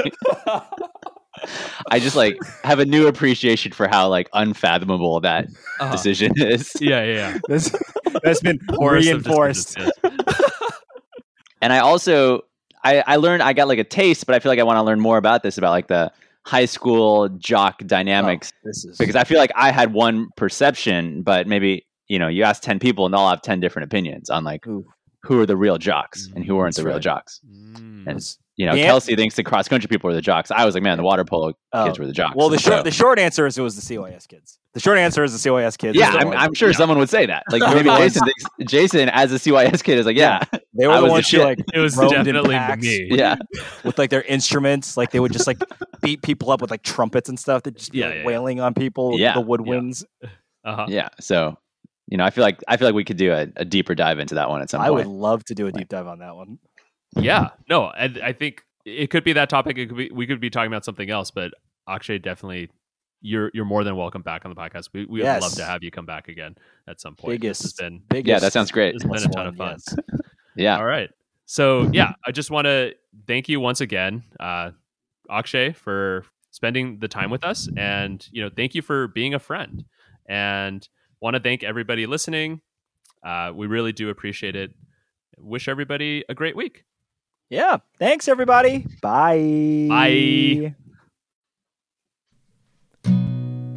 Speaker 3: I just like have a new appreciation for how like unfathomable that
Speaker 1: Uh-huh.
Speaker 3: decision is.
Speaker 1: Yeah, yeah, yeah.
Speaker 2: that's, that's been
Speaker 1: Chorus of
Speaker 2: reinforced.
Speaker 1: decisions, yes.
Speaker 3: And I also I, I learned I got like a taste, but I feel like I want to learn more about this about like the high school jock dynamics
Speaker 2: This is
Speaker 3: because I feel like I had one perception, but maybe you know you ask ten people and they'll have ten different opinions on like
Speaker 2: Ooh.
Speaker 3: who are the real jocks and who aren't
Speaker 2: That's
Speaker 3: the real
Speaker 2: right.
Speaker 3: jocks.
Speaker 1: Mm.
Speaker 3: And you know,
Speaker 2: Yeah.
Speaker 3: Kelsey thinks the cross country people are the jocks. I was like, man, the water polo
Speaker 2: oh.
Speaker 3: kids were the jocks.
Speaker 2: well. The
Speaker 3: And so-
Speaker 2: short the short answer is it was the COIS kids. The short answer is the COIS kids.
Speaker 3: yeah,
Speaker 2: They're the
Speaker 3: I'm,
Speaker 2: ones-
Speaker 3: I'm sure someone would say that. Like
Speaker 2: They're
Speaker 3: maybe
Speaker 2: the ones-
Speaker 3: Jason, thinks, Jason as a CYS kid is like, yeah,
Speaker 2: they were
Speaker 3: I
Speaker 2: the
Speaker 3: was the
Speaker 2: ones who
Speaker 3: shit.
Speaker 2: like
Speaker 1: it was
Speaker 2: roamed in
Speaker 1: definitely
Speaker 2: packs.
Speaker 1: me.
Speaker 3: yeah.
Speaker 2: with like their instruments. Like they would just like beat people up with like trumpets and stuff. That just be,
Speaker 1: Yeah,
Speaker 2: like,
Speaker 1: yeah, yeah.
Speaker 2: wailing on people. with
Speaker 3: Yeah,
Speaker 2: the woodwinds.
Speaker 1: Uh-huh.
Speaker 3: yeah so you know i feel like i feel like we could do a, a deeper dive into that one at some
Speaker 2: I would
Speaker 3: point
Speaker 2: love to do a deep dive on that one.
Speaker 1: yeah no I, I think it could be that topic it could be we could be talking about something else but akshay definitely you're you're more than welcome back on the podcast we, we would love
Speaker 2: Yes.
Speaker 1: to have you come back again at some point this has
Speaker 2: Biggest-
Speaker 1: been
Speaker 2: Biggest,
Speaker 3: yeah that sounds great
Speaker 1: this has been a ton of fun
Speaker 2: Yes.
Speaker 3: yeah
Speaker 1: all right so yeah i just want to thank you once again uh akshay for spending the time with us and you know thank you for being a friend and want to thank everybody listening uh we really do appreciate it wish everybody a great week
Speaker 2: Yeah. Thanks, everybody. Bye.
Speaker 1: Bye.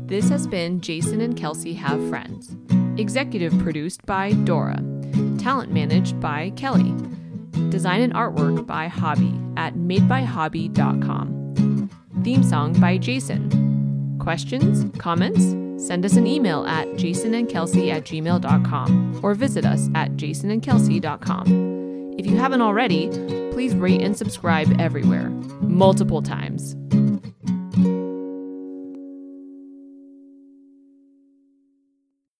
Speaker 5: This has been Jason and Kelsey Have Friends. Executive produced by Dora. Talent managed by Kelly. Design and artwork by Hobby at madebyhobby.com. Theme song by Jason. Questions? Comments? Send us an email at jasonandkelsey at gmail.com or visit us at jasonandkelsey.com. If you haven't already, please rate and subscribe everywhere, multiple times.